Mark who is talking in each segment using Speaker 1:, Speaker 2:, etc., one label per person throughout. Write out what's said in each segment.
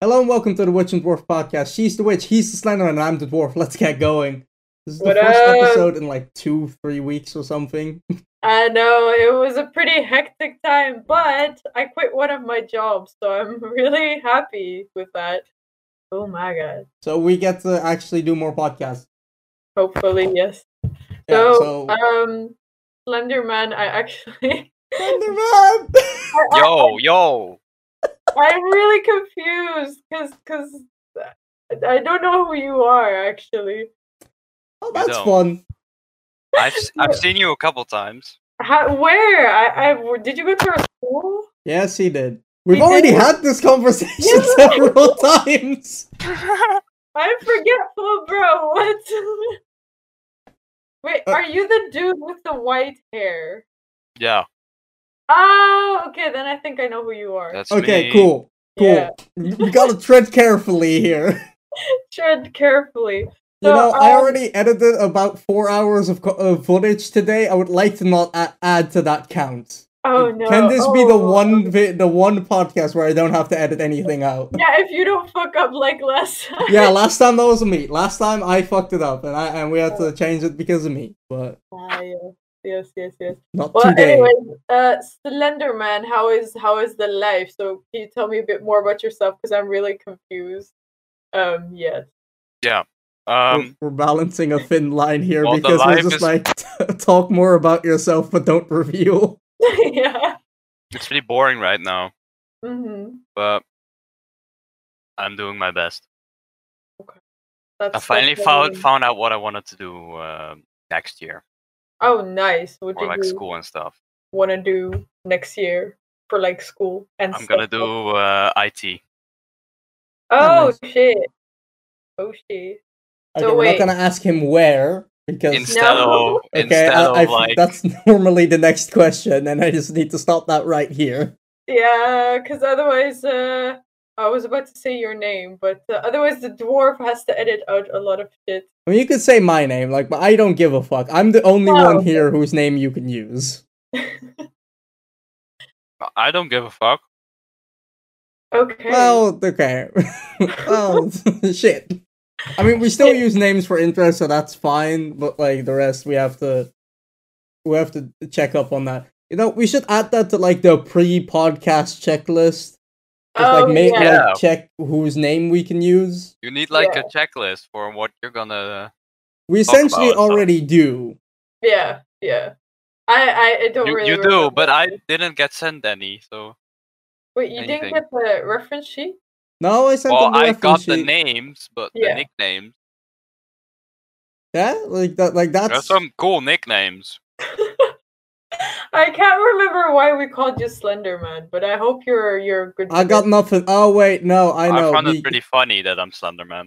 Speaker 1: Hello and welcome to the Witch and Dwarf podcast. She's the witch, he's the Slenderman, and I'm the dwarf. Let's get going. This is the
Speaker 2: What
Speaker 1: first
Speaker 2: up?
Speaker 1: episode in like two, three weeks or something.
Speaker 2: I know it was a pretty hectic time, but I quit one of my jobs, so I'm really happy with that. Oh my god.
Speaker 1: So we get to actually do more podcasts.
Speaker 2: Hopefully, yes.
Speaker 1: Yeah,
Speaker 2: so,
Speaker 1: so,
Speaker 2: um Slenderman, I actually
Speaker 1: Slenderman!
Speaker 3: Yo, yo.
Speaker 2: I'm really confused cuz cuz I don't know who you are actually.
Speaker 1: oh, that's
Speaker 3: don't.
Speaker 1: fun.
Speaker 3: I've s- I've seen you a couple times.
Speaker 2: How, where? I, I did you go to our school?
Speaker 1: Yes, he did. We've
Speaker 2: He
Speaker 1: already
Speaker 2: did.
Speaker 1: had this conversation
Speaker 2: Yeah.
Speaker 1: several times.
Speaker 2: I'm forgetful, bro. What? Wait,
Speaker 1: Uh,
Speaker 2: are you the dude with the white hair?
Speaker 3: yeah,
Speaker 2: Oh, okay. Then I think I know who you are.
Speaker 3: that's
Speaker 1: Okay,
Speaker 3: me.
Speaker 1: cool. Cool.
Speaker 2: Yeah.
Speaker 1: You you gotta tread carefully here.
Speaker 2: Tread carefully.
Speaker 1: You
Speaker 2: So,
Speaker 1: know, I
Speaker 2: um,
Speaker 1: already edited about four hours of, co- of footage today. I would like to not a- add to that count.
Speaker 2: Oh no.
Speaker 1: Can this be the
Speaker 2: Oh.
Speaker 1: one vi- the one podcast where I don't have to edit anything out?
Speaker 2: Yeah, if you don't fuck up like last time.
Speaker 1: yeah, last time that was me. Last time I fucked it up, and I and we had to change it because of me, but
Speaker 2: Ah, yes, yes, yes, yes.
Speaker 1: not
Speaker 2: Well,
Speaker 1: today.
Speaker 2: anyway, uh, Slenderman, how is how is the life? So, can you tell me a bit more about yourself? Because I'm really confused. Um, yes.
Speaker 1: We're-
Speaker 3: Um,
Speaker 1: we're, balancing a thin line here
Speaker 3: well, the
Speaker 1: because we're
Speaker 3: life
Speaker 1: just
Speaker 3: is-
Speaker 1: like t- talk more about yourself but don't reveal.
Speaker 2: yeah.
Speaker 3: it's pretty boring right now,
Speaker 2: Mm-hmm.
Speaker 3: but I'm doing my best.
Speaker 2: That's
Speaker 3: I
Speaker 2: that's
Speaker 3: finally
Speaker 2: what I
Speaker 3: found
Speaker 2: mean.
Speaker 3: found out what I wanted to do uh, next year
Speaker 2: Oh, nice. What
Speaker 3: for
Speaker 2: do you
Speaker 3: like school and stuff.
Speaker 2: want to do next year for like school and?
Speaker 3: I'm
Speaker 2: stuff
Speaker 3: gonna
Speaker 2: like
Speaker 3: do uh, IT.
Speaker 1: Oh,
Speaker 2: Oh
Speaker 1: nice.
Speaker 2: shit! Oh shit!
Speaker 1: Okay,
Speaker 2: So
Speaker 1: we're
Speaker 2: wait.
Speaker 1: not gonna ask him where because
Speaker 3: Instead
Speaker 2: No.
Speaker 3: of
Speaker 1: okay,
Speaker 3: instead
Speaker 1: I, I f-
Speaker 3: of like
Speaker 1: that's normally the next question, and I just need to stop that right here.
Speaker 2: Yeah, because otherwise, uh, I was about to say your name, but uh, otherwise the dwarf has to edit out a lot of shit.
Speaker 1: I mean, you could say my name, like, but I don't give a fuck. I'm the only
Speaker 2: Oh,
Speaker 1: one
Speaker 2: okay.
Speaker 1: here whose name you can use.
Speaker 3: I don't give a fuck.
Speaker 2: Okay.
Speaker 1: Well, okay. well, shit. I mean, we still
Speaker 2: Shit.
Speaker 1: use names for interest, so that's fine. But like the rest, we have to we have to check up on that. You know, we should add that to like the pre-podcast checklist. Just,
Speaker 2: oh
Speaker 1: like, make
Speaker 2: yeah.
Speaker 3: Yeah.
Speaker 1: like check whose name we can use.
Speaker 3: You need like a checklist for what you're gonna.
Speaker 1: We
Speaker 3: Talk about
Speaker 1: essentially
Speaker 3: it, huh?
Speaker 1: already do.
Speaker 2: yeah, yeah. I I, I don't
Speaker 3: You,
Speaker 2: really.
Speaker 3: you do, but
Speaker 2: remember.
Speaker 3: I didn't get sent any. So
Speaker 2: wait. You
Speaker 3: anything.
Speaker 2: didn't get the reference sheet.
Speaker 1: No, I sent
Speaker 3: well,
Speaker 1: them the
Speaker 3: I
Speaker 1: reference
Speaker 3: got the
Speaker 1: sheet.
Speaker 3: names, but
Speaker 2: Yeah.
Speaker 3: the nicknames.
Speaker 1: Yeah, like that. Like
Speaker 3: There are
Speaker 1: that's
Speaker 3: some cool nicknames.
Speaker 2: I can't remember why we called you Slenderman, but I hope you're you're a good.
Speaker 1: I got nothing. Oh wait, no, I
Speaker 3: I,
Speaker 1: know.
Speaker 3: found
Speaker 1: we-
Speaker 3: it pretty funny that I'm Slenderman.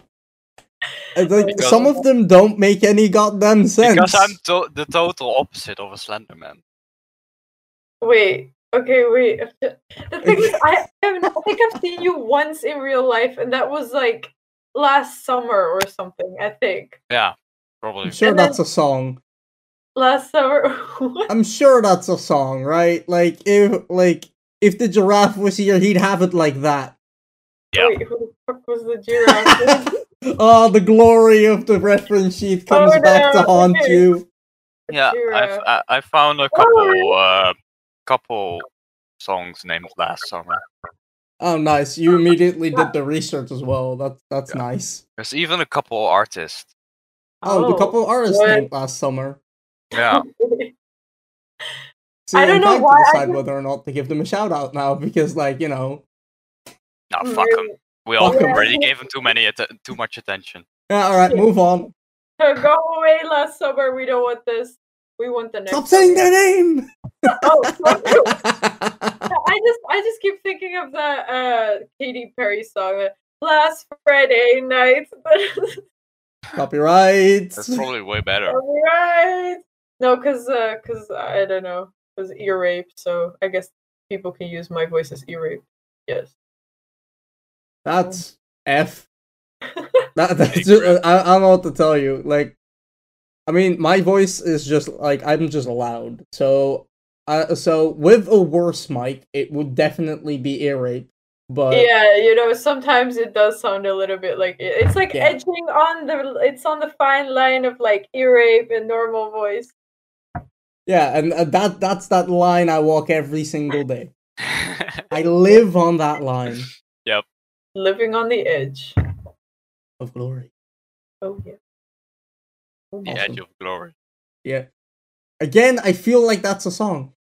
Speaker 1: uh, like,
Speaker 2: Because-
Speaker 1: some of them don't make any goddamn sense.
Speaker 3: because I'm to- the total opposite of a Slenderman.
Speaker 2: Wait. Okay, wait. The thing is, I, I haven't- I think I've seen you once in real life, and that was like last summer or something. I think
Speaker 3: Yeah,
Speaker 1: I'm
Speaker 3: probably.
Speaker 1: sure
Speaker 2: And
Speaker 1: that's a song.
Speaker 2: last summer. What?
Speaker 1: I'm sure that's a song, right? Like if like if the giraffe was here, he'd have it like that.
Speaker 3: Yeah.
Speaker 2: Wait, who the fuck was the giraffe?
Speaker 1: oh, the glory of the reference sheet comes
Speaker 2: Oh,
Speaker 1: back to
Speaker 2: no,
Speaker 1: haunt
Speaker 2: okay.
Speaker 1: you.
Speaker 3: Yeah, I've,
Speaker 2: Giraffe.
Speaker 3: I I found a couple uh, couple songs named last summer.
Speaker 1: Oh, nice! You immediately did the research as well. That that's
Speaker 3: Yeah.
Speaker 1: nice.
Speaker 3: There's even a couple artists.
Speaker 1: Oh, the couple artists
Speaker 2: what?
Speaker 1: named last summer.
Speaker 3: Yeah,
Speaker 1: See,
Speaker 2: I don't
Speaker 1: I'm
Speaker 2: know
Speaker 1: trying
Speaker 2: why I
Speaker 1: to decide
Speaker 2: just-
Speaker 1: whether or not to give them a shout out now because, like, you know,
Speaker 3: nah, fuck 'em.
Speaker 2: Really?
Speaker 3: We
Speaker 1: Fuck 'em.
Speaker 3: already gave him too many atten- too much attention.
Speaker 1: yeah, all right, move on.
Speaker 2: So go away last summer. We don't want this. We want the next.
Speaker 1: Stop saying their
Speaker 2: summer.
Speaker 1: name.
Speaker 2: Oh, sorry. I just I just keep thinking of the uh Katy Perry song uh, last Friday night.
Speaker 1: Copyright.
Speaker 3: That's probably way better.
Speaker 2: Alright. No, cause uh, cause I don't know, cause ear rape. So I guess people can use my voice as ear rape. Yes.
Speaker 1: That's F. That, that's just,
Speaker 3: Secret.
Speaker 1: I, I don't know what to tell you. Like, I mean, my voice is just like I'm just loud. So, uh, so with a worse mic, it would definitely be ear rape. But
Speaker 2: yeah, you know, sometimes it does sound a little bit like it. it's like
Speaker 1: Yeah.
Speaker 2: edging on the it's on the fine line of like ear rape and normal voice.
Speaker 1: yeah, and uh, that that's that line I walk every single day. I live on that line
Speaker 2: Living on the edge.
Speaker 1: of glory.
Speaker 2: Oh yeah. Oh,
Speaker 3: the
Speaker 2: yeah.
Speaker 3: edge of glory.
Speaker 1: Yeah. Again, I feel like that's a song.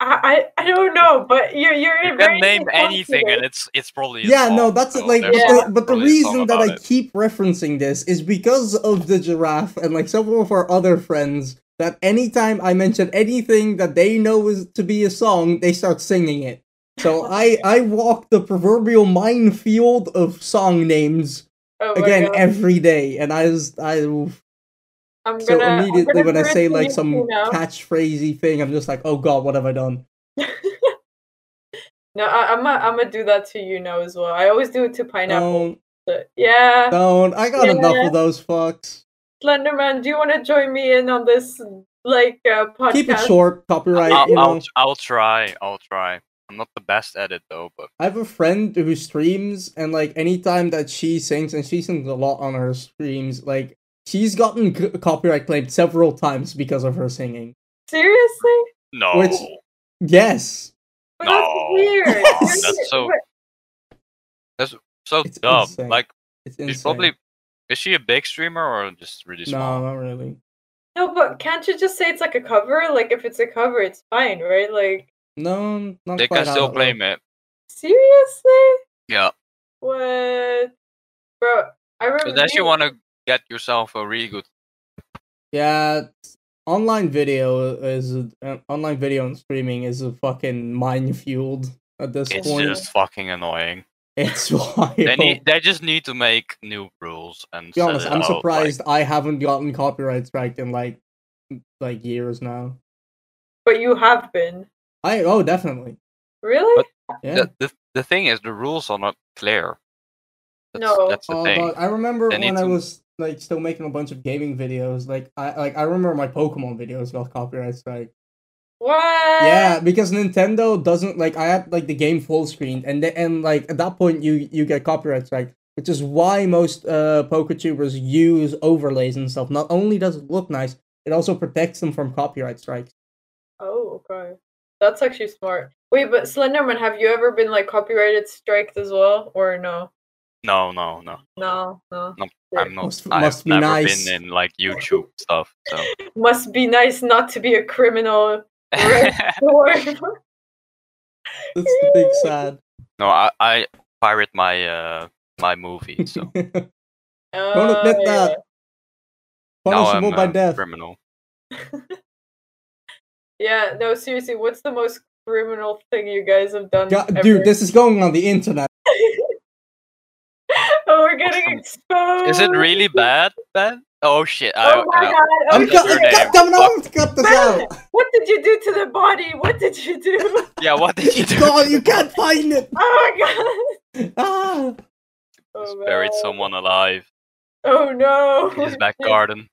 Speaker 2: I, I I don't know, but you're you're
Speaker 3: You
Speaker 2: very
Speaker 3: can name anything,
Speaker 2: confident.
Speaker 3: and it's it's probably a
Speaker 1: Yeah,
Speaker 3: song,
Speaker 1: no, that's it.
Speaker 3: so
Speaker 1: Like,
Speaker 3: there's
Speaker 1: but, the, but the
Speaker 3: probably a song
Speaker 1: reason that
Speaker 3: about
Speaker 1: I
Speaker 3: it.
Speaker 1: keep referencing this is because of the giraffe and like several of our other friends. That anytime I mention anything that they know is to be a song, they start singing it. So I I walk the proverbial minefield of song names
Speaker 2: Oh my
Speaker 1: again
Speaker 2: God.
Speaker 1: every day, and I just I oof.
Speaker 2: I'm
Speaker 1: so
Speaker 2: gonna- I'm
Speaker 1: immediately
Speaker 2: gonna
Speaker 1: when I
Speaker 2: burst
Speaker 1: say
Speaker 2: the
Speaker 1: like
Speaker 2: news
Speaker 1: some
Speaker 2: to you now.
Speaker 1: catchphrasey thing, I'm just like, oh god, what have I done?
Speaker 2: no, I, I'm gonna I'm gonna do that to you now as well. I always do it
Speaker 1: Oh.
Speaker 2: to pineapple.
Speaker 1: Don't
Speaker 2: but- yeah,
Speaker 1: don't. I got enough
Speaker 2: Yeah.
Speaker 1: of those fucks.
Speaker 2: Slenderman, do you want to join me in on this like uh, podcast?
Speaker 1: Keep it short, copyright.
Speaker 3: I'll,
Speaker 1: you know.
Speaker 3: I'll, I'll try. I'll try. I'm not the best at it though, but
Speaker 1: I have a friend who streams, and like anytime that she sings, and she sings a lot on her streams, like she's gotten c- copyright claimed several times because of her singing.
Speaker 2: Seriously?
Speaker 3: no.
Speaker 1: Which- Yes,
Speaker 2: But
Speaker 3: No.
Speaker 2: that's weird.
Speaker 3: Oh, That's so so
Speaker 1: It's
Speaker 3: dumb.
Speaker 1: insane.
Speaker 3: Like
Speaker 1: it's
Speaker 3: she's
Speaker 1: insane.
Speaker 3: probably is she a big streamer or just really
Speaker 1: no,
Speaker 3: small?
Speaker 1: not really.
Speaker 2: No, but can't you just say it's like a cover? Like if it's a cover, it's fine, right? Like
Speaker 1: No, not
Speaker 3: They
Speaker 1: quite
Speaker 3: can still
Speaker 1: out, though.
Speaker 3: claim it.
Speaker 2: seriously?
Speaker 3: Yeah.
Speaker 2: What, bro? I remember.
Speaker 3: Unless you want to get yourself a really good.
Speaker 1: Yeah, it's- online video is a- uh, online video and streaming is a fucking minefield at this
Speaker 3: It's
Speaker 1: point.
Speaker 3: just fucking annoying.
Speaker 1: It's wild.
Speaker 3: They need, they just need to make new rules
Speaker 1: to
Speaker 3: and.
Speaker 1: be
Speaker 3: set
Speaker 1: honest,
Speaker 3: it
Speaker 1: I'm
Speaker 3: out, like-
Speaker 1: surprised I haven't gotten copyright striked in like like years now.
Speaker 2: But you have been
Speaker 1: I oh definitely.
Speaker 2: really.
Speaker 1: Yeah.
Speaker 3: the, the the thing is, the rules are not clear. That's,
Speaker 2: No.
Speaker 3: that's the
Speaker 1: oh,
Speaker 3: thing.
Speaker 1: God. I remember
Speaker 3: They need
Speaker 1: when I
Speaker 3: to-
Speaker 1: was like still making a bunch of gaming videos. Like I like I remember my Pokemon videos got copyright strike.
Speaker 2: What?
Speaker 1: Yeah, because Nintendo doesn't like I had like the game full screen, and the, and like at that point you you get copyright strike, which is why most uh PokeTubers use overlays and stuff. Not only does it look nice, it also protects them from copyright strikes.
Speaker 2: Oh, okay. That's actually smart. Wait, but Slenderman, have you ever been like copyrighted striked as well, or no?
Speaker 3: No, no, no.
Speaker 2: No, no.
Speaker 3: No, I'm not.
Speaker 1: Must-
Speaker 3: I've
Speaker 1: must be
Speaker 3: never
Speaker 1: nice.
Speaker 3: been in like YouTube stuff. So.
Speaker 2: Must be nice not to be a criminal. Right. dwarf.
Speaker 1: That's the big sad.
Speaker 3: no, I, I pirate my uh my movie. So
Speaker 1: Don't admit
Speaker 2: Oh,
Speaker 1: that.
Speaker 3: now
Speaker 1: Punishable
Speaker 3: I'm uh,
Speaker 1: by
Speaker 3: a
Speaker 1: death.
Speaker 3: criminal.
Speaker 2: Yeah, Yeah, no, seriously, what's the most criminal thing you guys have done?
Speaker 1: God,
Speaker 2: ever?
Speaker 1: dude, this is going on the internet.
Speaker 2: oh, we're getting exposed.
Speaker 3: Is it really bad? Bad? Oh shit! I,
Speaker 2: Oh my
Speaker 3: I-
Speaker 2: god! Oh,
Speaker 1: I'm
Speaker 3: What's your
Speaker 1: cut,
Speaker 2: shit.
Speaker 3: name?
Speaker 1: God damn it, I want to cut this
Speaker 2: Bro,
Speaker 1: out.
Speaker 2: What did you do to the body? What did you do?
Speaker 3: yeah. What did you do?
Speaker 1: God, you can't find it.
Speaker 2: Oh my god!
Speaker 1: Ah.
Speaker 2: Oh,
Speaker 3: Buried
Speaker 2: no.
Speaker 3: someone alive
Speaker 2: Oh no!
Speaker 3: in his back garden.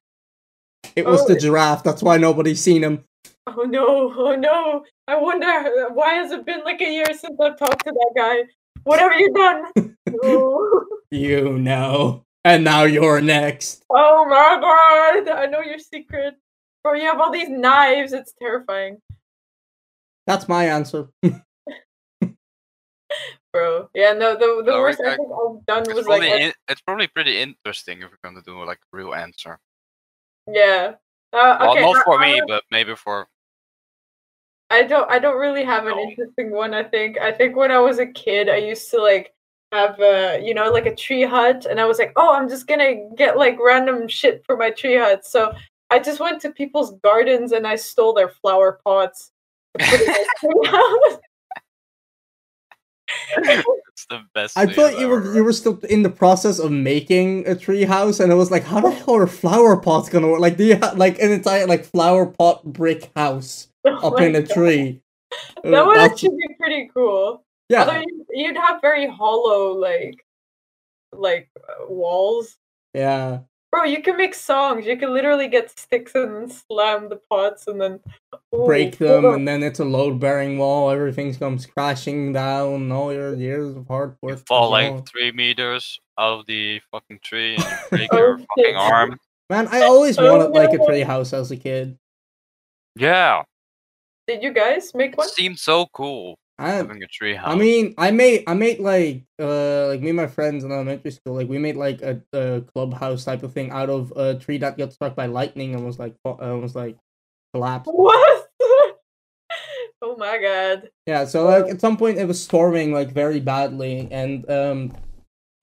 Speaker 1: It was
Speaker 2: Oh.
Speaker 1: the giraffe. That's why nobody's seen him.
Speaker 2: Oh no! Oh no! I wonder uh, why has it been like a year since I've talked to that guy. What have you done? oh.
Speaker 1: You know. And now you're next.
Speaker 2: Oh my god! I know your secret. Bro, you have all these knives. It's terrifying,
Speaker 1: That's my answer.
Speaker 2: bro. Yeah, no. The the
Speaker 3: No,
Speaker 2: worst
Speaker 3: I-
Speaker 2: I think I've done
Speaker 3: It's
Speaker 2: was like
Speaker 3: probably in, it's probably pretty interesting if we're gonna do like a real answer.
Speaker 2: yeah. Uh,
Speaker 3: Well,
Speaker 2: okay, I-
Speaker 3: not for
Speaker 2: I
Speaker 3: me,
Speaker 2: don't-
Speaker 3: but maybe for
Speaker 2: I don't I don't really have an
Speaker 3: No.
Speaker 2: interesting one, I think. I think when I was a kid I used to like have a you know like a tree hut and I was like, "Oh, I'm just going to get like random shit for my tree hut." So I just went to people's gardens and I stole their flower pots to put in my tree house.
Speaker 3: it's the best.
Speaker 1: I
Speaker 3: thing
Speaker 1: thought
Speaker 3: I've
Speaker 1: you
Speaker 3: ever
Speaker 1: were you were still in the process of making a tree house, and it was like, how the hell are flower pots gonna work? Like, do you have like an entire like flower pot brick house
Speaker 2: Oh
Speaker 1: up
Speaker 2: my
Speaker 1: in a
Speaker 2: God.
Speaker 1: tree?
Speaker 2: That
Speaker 1: Uh,
Speaker 2: would
Speaker 1: that's-
Speaker 2: actually be pretty cool. Although
Speaker 1: yeah,
Speaker 2: you'd, you'd have very hollow like like uh, walls.
Speaker 1: yeah.
Speaker 2: Bro, you can make songs. You can literally get sticks and slam the pots and then Ooh,
Speaker 1: break them,
Speaker 2: bro.
Speaker 1: and then it's a load bearing wall. Everything comes crashing down. All your years of hard
Speaker 3: You
Speaker 1: work.
Speaker 3: fall
Speaker 1: is all-
Speaker 3: like three meters out of the fucking tree and you break
Speaker 2: Oh,
Speaker 3: your fucking
Speaker 2: shit.
Speaker 3: arm.
Speaker 1: Man, I always
Speaker 2: Oh,
Speaker 1: wanted like a
Speaker 2: no.
Speaker 1: tree house as a kid.
Speaker 3: Yeah,
Speaker 2: Did you guys make
Speaker 3: it
Speaker 2: one?
Speaker 3: seemed so cool
Speaker 1: I,
Speaker 3: having a tree house.
Speaker 1: I mean, I made I made like uh like me and my friends in elementary school like we made like a, a clubhouse type of thing out of a tree that got struck by lightning and was like fa- uh, was like collapsed.
Speaker 2: What? oh my god.
Speaker 1: Yeah, so
Speaker 2: Oh,
Speaker 1: like at some point it was storming like very badly and um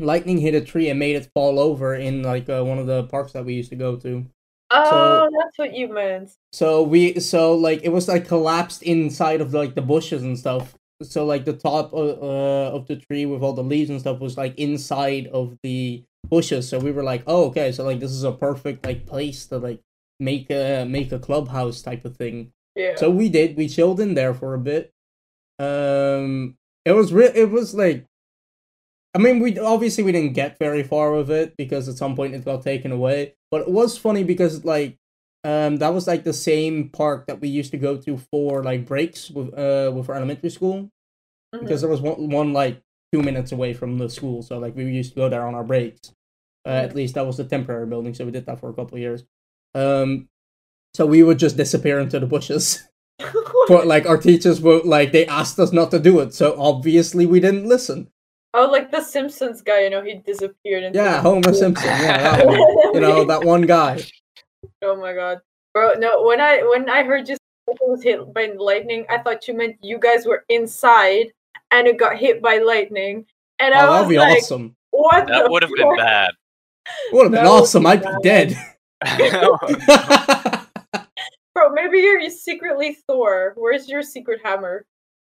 Speaker 1: lightning hit a tree and made it fall over in like uh, one of the parks that we used to go to.
Speaker 2: Oh, that's what you meant.
Speaker 1: So we so like it was like collapsed inside of like the bushes and stuff. So like the top of, uh, of the tree with all the leaves and stuff was like inside of the bushes. So we were like, oh okay, so like this is a perfect like place to like make a make a clubhouse type of thing.
Speaker 2: Yeah.
Speaker 1: So we did. We chilled in there for a bit. Um, it was real. It was like, I mean, we obviously we didn't get very far with it because at some point it got taken away. But it was funny because like, um, that was like the same park that we used to go to for like breaks with uh with our elementary school
Speaker 2: Mhm.
Speaker 1: because there was one, one like two minutes away from the school, so like we used to go there on our breaks. Uh, at least that was the temporary building, so we did that for a couple of years. Um, so we would just disappear into the bushes.
Speaker 2: oh,
Speaker 1: But like our teachers were like they asked us not to do it, so obviously we didn't listen.
Speaker 2: Oh, like the Simpsons guy, you know, he disappeared. into
Speaker 1: Yeah,
Speaker 2: the-
Speaker 1: Homer Simpson. Yeah, that one. you know that one guy.
Speaker 2: Oh my god, bro! No, when I when I heard you say it was hit by lightning, I thought you meant you guys were inside and it got hit by lightning, and
Speaker 1: Oh,
Speaker 2: I
Speaker 1: that'd
Speaker 2: was
Speaker 1: be
Speaker 2: like,
Speaker 1: awesome.
Speaker 2: "What?
Speaker 3: that
Speaker 2: the
Speaker 3: would have
Speaker 2: fuck?
Speaker 3: been bad.
Speaker 1: Would have been
Speaker 2: that would
Speaker 1: awesome.
Speaker 2: be
Speaker 1: I'd be
Speaker 2: bad.
Speaker 1: dead.
Speaker 2: Bro, maybe you're secretly Thor. Where's your secret hammer?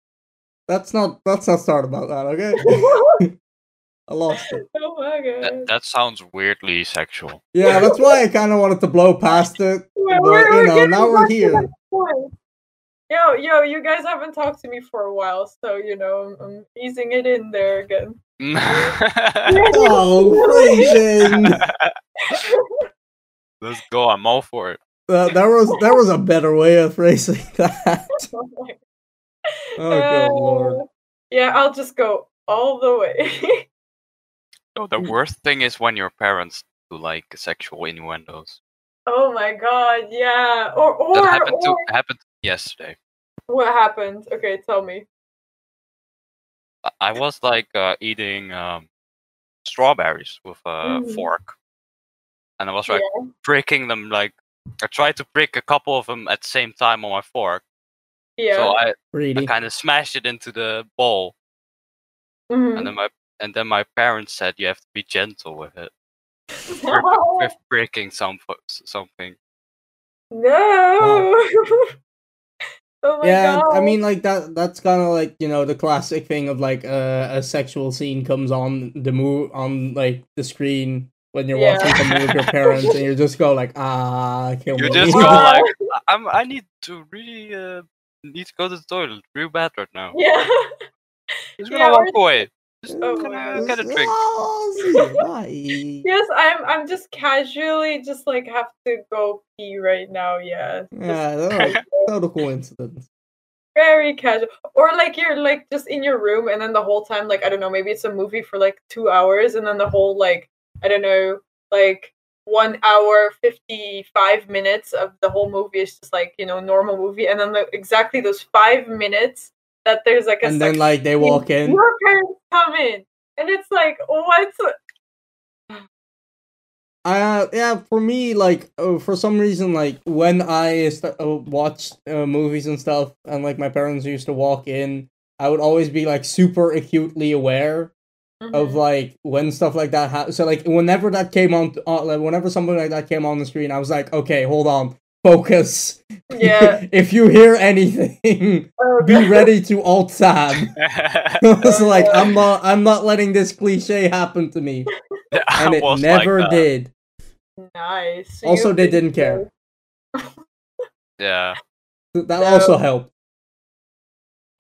Speaker 1: that's not. Let's not start about that. Okay.
Speaker 2: oh
Speaker 1: I lost it.
Speaker 2: my
Speaker 3: that,
Speaker 2: god.
Speaker 3: that sounds weirdly sexual.
Speaker 1: Yeah, that's why I kind of wanted to blow past it.
Speaker 2: We're-
Speaker 1: But
Speaker 2: we're-
Speaker 1: you
Speaker 2: we're
Speaker 1: know,
Speaker 2: getting
Speaker 1: now
Speaker 2: back
Speaker 1: we're
Speaker 2: to
Speaker 1: here.
Speaker 2: that point. Yo, yo, you guys haven't talked to me for a while, so you know I'm, I'm easing it in there again.
Speaker 3: Let's
Speaker 1: Oh, Frasian.
Speaker 3: go. I'm all for it.
Speaker 1: Uh, there was there was a better way of phrasing that.
Speaker 2: Oh my
Speaker 1: Oh, good
Speaker 2: Uh,
Speaker 1: lord.
Speaker 2: Yeah, I'll just go all the way.
Speaker 3: No, the
Speaker 1: Mm.
Speaker 3: worst thing is when your parents do like sexual innuendos.
Speaker 2: oh my god, yeah. Or or,
Speaker 3: That happened to
Speaker 2: or-
Speaker 3: happened yesterday.
Speaker 2: what happened? Okay, tell me.
Speaker 3: I- I was like uh, eating um, strawberries with a
Speaker 2: Mm.
Speaker 3: fork, and I was like pricking them. Like I tried to prick a couple of them at the same time on my fork,
Speaker 2: Yeah.
Speaker 3: so I, I
Speaker 1: Greedy.
Speaker 3: kind of smashed it into the bowl.
Speaker 2: Mhm.
Speaker 3: And then my and then my parents said you have to be gentle with it,
Speaker 2: no.
Speaker 3: with breaking some fo- s- something.
Speaker 2: oh my
Speaker 1: yeah,
Speaker 2: god.
Speaker 1: I mean, like that. That's kind of like you know the classic thing of like uh, a sexual scene comes on the move on like the screen when you're
Speaker 2: Yeah.
Speaker 1: watching something with your parents, and you just go like, ah, kill
Speaker 3: You
Speaker 1: me.
Speaker 3: just go
Speaker 2: Wow.
Speaker 3: like I- I'm. I need to really uh, need to go to the toilet real bad right now.
Speaker 2: yeah.
Speaker 3: Just gonna
Speaker 2: Yeah,
Speaker 3: walk away. Just
Speaker 2: Oh
Speaker 3: gonna
Speaker 2: my
Speaker 3: get a drink.
Speaker 1: drink.
Speaker 2: Yes, I'm I'm just casually just like have to go pee right now, yeah. Just
Speaker 1: yeah, that's like, total coincidence.
Speaker 2: very casual or like you're like just in your room and then the whole time like i don't know maybe it's a movie for like two hours and then the whole like i don't know like one hour 55 minutes of the whole movie is just like you know normal movie and then the, exactly those five minutes that there's like a
Speaker 1: And then
Speaker 2: sex
Speaker 1: like they
Speaker 2: scene,
Speaker 1: walk in.
Speaker 2: your parents come in and it's like what's
Speaker 1: Uh, yeah, for me, like, uh, for some reason, like, when I st- uh, watched uh, movies and stuff, and like my parents used to walk in, I would always be like super acutely aware
Speaker 3: Mm-hmm.
Speaker 1: of
Speaker 2: Mhm.
Speaker 1: like when stuff like that happened. So, like, whenever that came on, uh, like, whenever something like that came on the screen, I was like, okay, hold on, focus.
Speaker 2: yeah
Speaker 1: if you hear anything,
Speaker 2: oh,
Speaker 1: be
Speaker 2: God.
Speaker 1: ready to alt tab.
Speaker 3: I
Speaker 1: I was like, I'm not, I'm not letting this cliche happen to me, and it
Speaker 3: was like
Speaker 1: never
Speaker 3: that,
Speaker 1: did.
Speaker 2: nice So
Speaker 1: Also,
Speaker 2: you've
Speaker 1: they
Speaker 2: been
Speaker 1: didn't care.
Speaker 3: Yeah.
Speaker 1: Th- That
Speaker 2: So-
Speaker 1: also helped.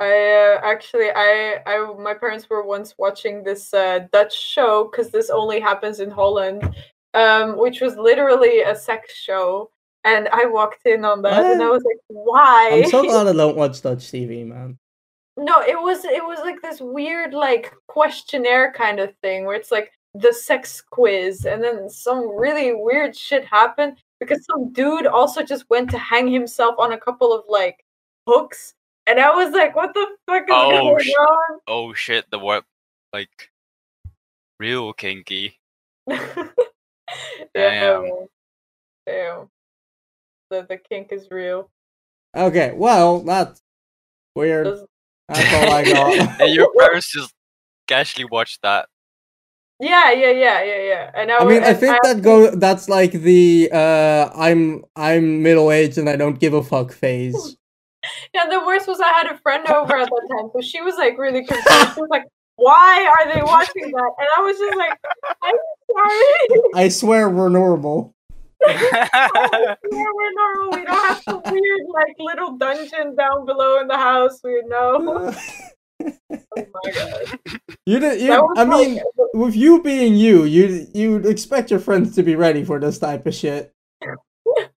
Speaker 2: I uh, actually, I, I, my parents were once watching this uh, Dutch show because this only happens in Holland. Uh, um, which was literally a sex show. And I walked in on that, and I
Speaker 1: What?
Speaker 2: was like, "Why?"
Speaker 1: I'm so glad I don't watch Dutch TV, man.
Speaker 2: No, it was it was like this weird like questionnaire kind of thing where it's like the sex quiz and then some really weird shit happened because some dude also just went to hang himself on a couple of like hooks and I was like what the fuck is
Speaker 3: Oh,
Speaker 2: going
Speaker 3: shit.
Speaker 2: on?
Speaker 3: Oh shit, the word like real kinky.
Speaker 2: yeah.
Speaker 3: Damn.
Speaker 2: man. Damn. The the kink is real.
Speaker 1: Okay, well, that's weird.
Speaker 2: Does-
Speaker 1: That's all I got.
Speaker 3: and your parents just casually watched that.
Speaker 2: Yeah, yeah, yeah, yeah, yeah. And I,
Speaker 1: I
Speaker 2: wa-
Speaker 1: mean, I
Speaker 2: and
Speaker 1: think that go that's like the uh I'm I'm middle aged and I don't give a fuck phase.
Speaker 2: Yeah, the worst was I had a friend over at that time, so she was like really confused. She was like, "Why are they watching that?" And I was just like, "I'm sorry,
Speaker 1: I swear we're normal.
Speaker 2: we're, we're normal. We don't have some weird like little dungeon down below in the house. We know." Oh my god!
Speaker 1: you did
Speaker 2: That
Speaker 1: you
Speaker 2: was
Speaker 1: I
Speaker 2: like-
Speaker 1: mean with you being you, you you'd expect your friends to be ready for this type of shit.
Speaker 2: yeah, but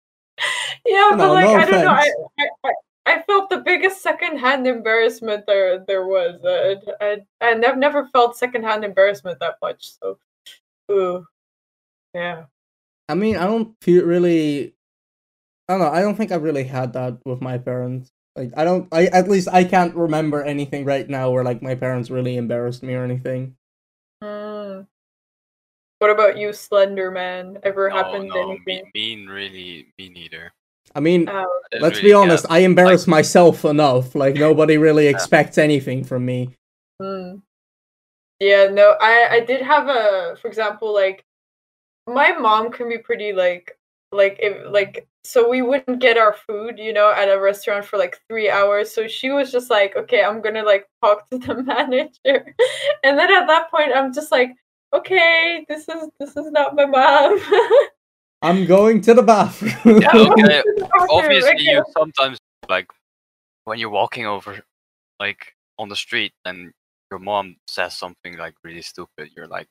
Speaker 1: no,
Speaker 2: like
Speaker 1: no
Speaker 2: I don't know. I,
Speaker 1: offense.
Speaker 2: I, I I felt the biggest secondhand embarrassment there there was, uh, and, and I've never felt secondhand embarrassment that much. So, ooh, yeah.
Speaker 1: I mean, I don't feel really. I don't know. I don't think I really had that with my parents. Like, I don't. I at least I can't remember anything right now where like my parents really embarrassed me or anything.
Speaker 2: Mm. What about you, Slender Man? Ever
Speaker 3: no,
Speaker 2: happened
Speaker 3: Oh, no, me,
Speaker 2: anything?
Speaker 3: mean really me neither.
Speaker 1: I mean,
Speaker 2: Oh,
Speaker 3: I didn't
Speaker 1: let's
Speaker 3: Uh, really
Speaker 1: be
Speaker 3: care.
Speaker 1: honest. I embarrass myself enough. Like nobody really expects anything from me.
Speaker 2: mm. Yeah, no, I I did have a, for example, like my mom can be pretty like like if like so we wouldn't get our food, you know, at a restaurant for like three hours. So she was just like, okay, I'm gonna like talk to the manager, and then at that point, I'm just like, okay, this is this is not my mom.
Speaker 1: I'm going to the bathroom.
Speaker 3: Yeah,
Speaker 2: I'm
Speaker 3: okay.
Speaker 2: going to the bathroom,
Speaker 3: obviously
Speaker 2: okay.
Speaker 3: you sometimes like when you're walking over like on the street and your mom says something like really stupid you're like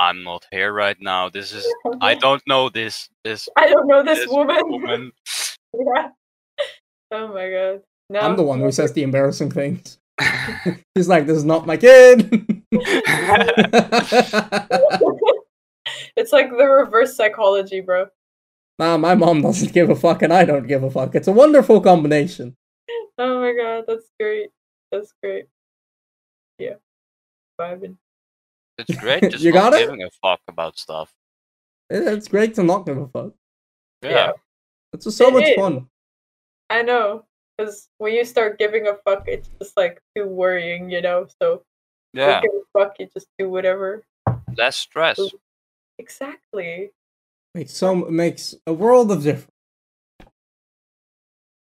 Speaker 3: i'm not here right now this is i don't know this this
Speaker 2: I don't know this,
Speaker 3: This
Speaker 2: woman.
Speaker 3: woman
Speaker 2: yeah. Oh my god. No.
Speaker 1: I'm the one who says the embarrassing things. He's like, "This is not my kid."
Speaker 2: it's like the reverse psychology, bro.
Speaker 1: nah, my mom doesn't give a fuck, and I don't give a fuck. It's a wonderful combination.
Speaker 2: Oh my god, that's great. That's great. Yeah. Vibing.
Speaker 3: it's great just
Speaker 1: You
Speaker 3: not
Speaker 1: got it?
Speaker 3: giving a fuck about stuff
Speaker 1: It- It's great to not give a fuck.
Speaker 3: yeah,
Speaker 2: Yeah.
Speaker 1: It's just so
Speaker 2: It
Speaker 1: much
Speaker 2: is.
Speaker 1: fun.
Speaker 2: I know. Because when you start giving a fuck, it's just like too worrying, you know? So
Speaker 3: Yeah,
Speaker 2: don't give a fuck, you just do whatever.
Speaker 3: less stress
Speaker 2: Exactly.
Speaker 1: Makes so makes a world of difference.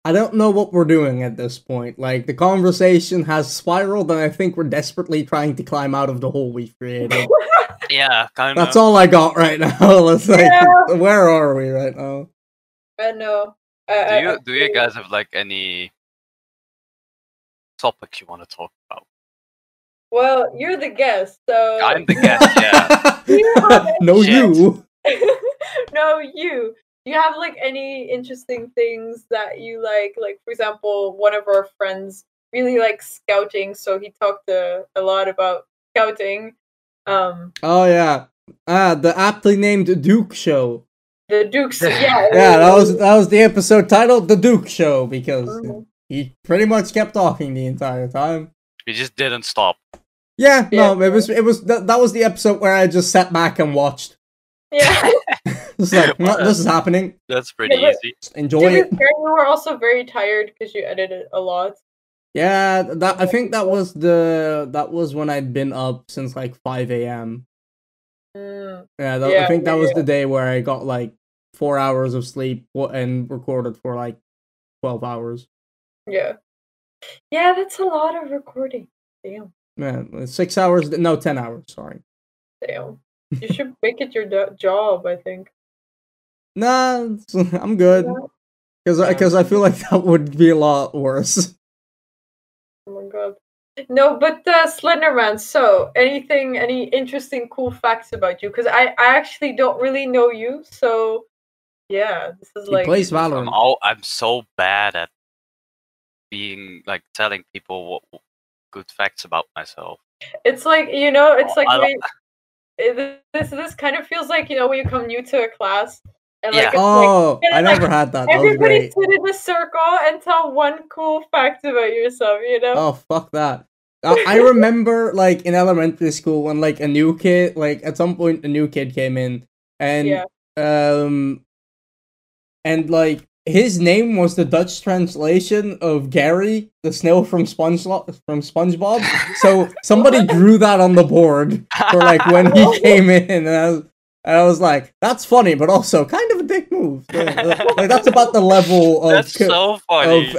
Speaker 1: I don't know what we're doing at this point. Like the conversation has spiraled, and I think we're desperately trying to climb out of the hole we've created.
Speaker 3: yeah kind of
Speaker 1: That's all I got right now. It's like,
Speaker 2: Yeah.
Speaker 1: where are we right now?
Speaker 2: I know.
Speaker 3: do
Speaker 2: I, I,
Speaker 3: you do you guys have like any topics you want to talk about
Speaker 2: well, you're the guest,
Speaker 1: Uh,
Speaker 2: so
Speaker 3: i'm the guest yeah
Speaker 2: Yeah.
Speaker 1: no,
Speaker 3: Shit.
Speaker 1: you.
Speaker 2: no, you. Do you have like any interesting things that you like? Like, for example, one of our friends really likes scouting, so he talked a, a lot about scouting. Um,
Speaker 1: Oh yeah. Ah, the aptly named Duke Show.
Speaker 2: the Dukes, yeah,
Speaker 1: Yeah, that was that was the episode titled "The Duke Show" because
Speaker 2: Mhm.
Speaker 1: he pretty much kept talking the entire time.
Speaker 3: we just didn't stop
Speaker 1: Yeah, no,
Speaker 2: Yeah.
Speaker 1: it was it was that, that was the episode where I just sat back and watched.
Speaker 2: yeah.
Speaker 1: It's like
Speaker 3: Well,
Speaker 1: "No, this is happening.
Speaker 3: that's pretty
Speaker 2: but-
Speaker 3: easy
Speaker 1: Just enjoy
Speaker 2: To be
Speaker 1: it.
Speaker 2: fair, you were also very tired because you edited a lot.
Speaker 1: Yeah, that I think that was the that was when I'd been up since like five a.m.
Speaker 2: Mm,
Speaker 1: Yeah, that, I
Speaker 2: Yeah,
Speaker 1: think that
Speaker 2: yeah,
Speaker 1: was the day where I got like four hours of sleep wa- and recorded for like twelve hours.
Speaker 2: yeah, yeah, that's a lot of recording. Damn,
Speaker 1: Man, six hours? No, ten hours. Sorry.
Speaker 2: damn. You should make it your do- job. I think.
Speaker 1: Nah, it's- I'm good
Speaker 2: Yeah.
Speaker 1: because
Speaker 2: Yeah.
Speaker 1: because I feel like that would be a lot worse.
Speaker 2: Oh my god. No, but uh, Slenderman. So, anything, any interesting, cool facts about you? Because I, I actually don't really know you. So, yeah, this is
Speaker 1: He
Speaker 2: like
Speaker 1: plays Valorant.
Speaker 3: I'm all, I'm so bad at being like telling people what what good facts about myself.
Speaker 2: it's like you know, it's
Speaker 3: Oh,
Speaker 2: like
Speaker 3: I
Speaker 2: when, it- this this kind of feels like you know when you come new to a class and like
Speaker 3: Yeah.
Speaker 2: it's like,
Speaker 1: Oh,
Speaker 2: and
Speaker 1: I
Speaker 2: I'm like,
Speaker 1: never had that. That was
Speaker 2: everybody
Speaker 1: great.
Speaker 2: sit in a circle and tell one cool fact about yourself. You know.
Speaker 1: Oh fuck that. Uh, I remember like in elementary school when like a new kid, like at some point a new kid came in and
Speaker 2: Yeah.
Speaker 1: um and like his name was the Dutch translation of Gary, the snail from Sponge from SpongeBob. So somebody drew that on the board for like when he came in, and I was, and I was like, "That's funny, but also kind of a dick move." So, uh, like that's about the level of
Speaker 3: That's
Speaker 1: co-
Speaker 3: so
Speaker 1: of
Speaker 3: funny.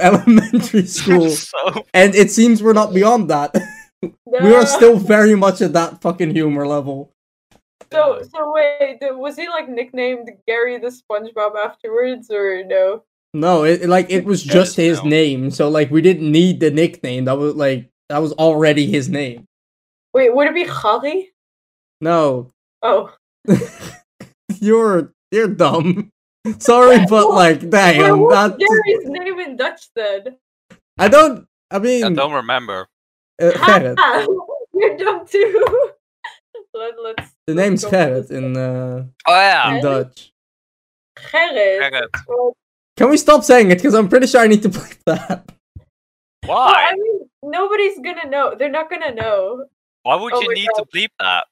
Speaker 1: elementary school,
Speaker 3: so
Speaker 1: and it seems we're not beyond that. we
Speaker 2: No.
Speaker 1: are still very much at that fucking humor level.
Speaker 2: So, so wait, th- was he like nicknamed Gary the SpongeBob afterwards, or no?
Speaker 1: No, it it, like it was just
Speaker 3: Yes,
Speaker 1: his
Speaker 3: no.
Speaker 1: name, so like we didn't need the nickname. That was like that was already his name.
Speaker 2: Wait, would it be Harry?
Speaker 1: No,
Speaker 2: Oh,
Speaker 1: you're you're dumb. Sorry, but like,
Speaker 2: Wait,
Speaker 1: damn,
Speaker 2: what's
Speaker 1: that
Speaker 2: Gary's name in Dutch then?
Speaker 1: I don't. I
Speaker 3: I
Speaker 1: mean,
Speaker 3: don't remember.
Speaker 1: uh, Gerrit.
Speaker 2: Ha! You're dumb too. Let, let's.
Speaker 1: The
Speaker 2: let's
Speaker 1: name's
Speaker 2: go with
Speaker 1: Gerrit
Speaker 2: this.
Speaker 1: in uh,
Speaker 3: Oh yeah.
Speaker 1: in
Speaker 2: Really?
Speaker 1: Dutch.
Speaker 2: Gerrit.
Speaker 3: Gerrit.
Speaker 2: Well,
Speaker 1: Can we stop saying it? Because I'm pretty sure I need to play that.
Speaker 2: well, I
Speaker 3: Why?
Speaker 2: mean, nobody's gonna know. They're not gonna know.
Speaker 3: Why would
Speaker 2: Oh
Speaker 3: you
Speaker 2: my
Speaker 3: need to bleep that?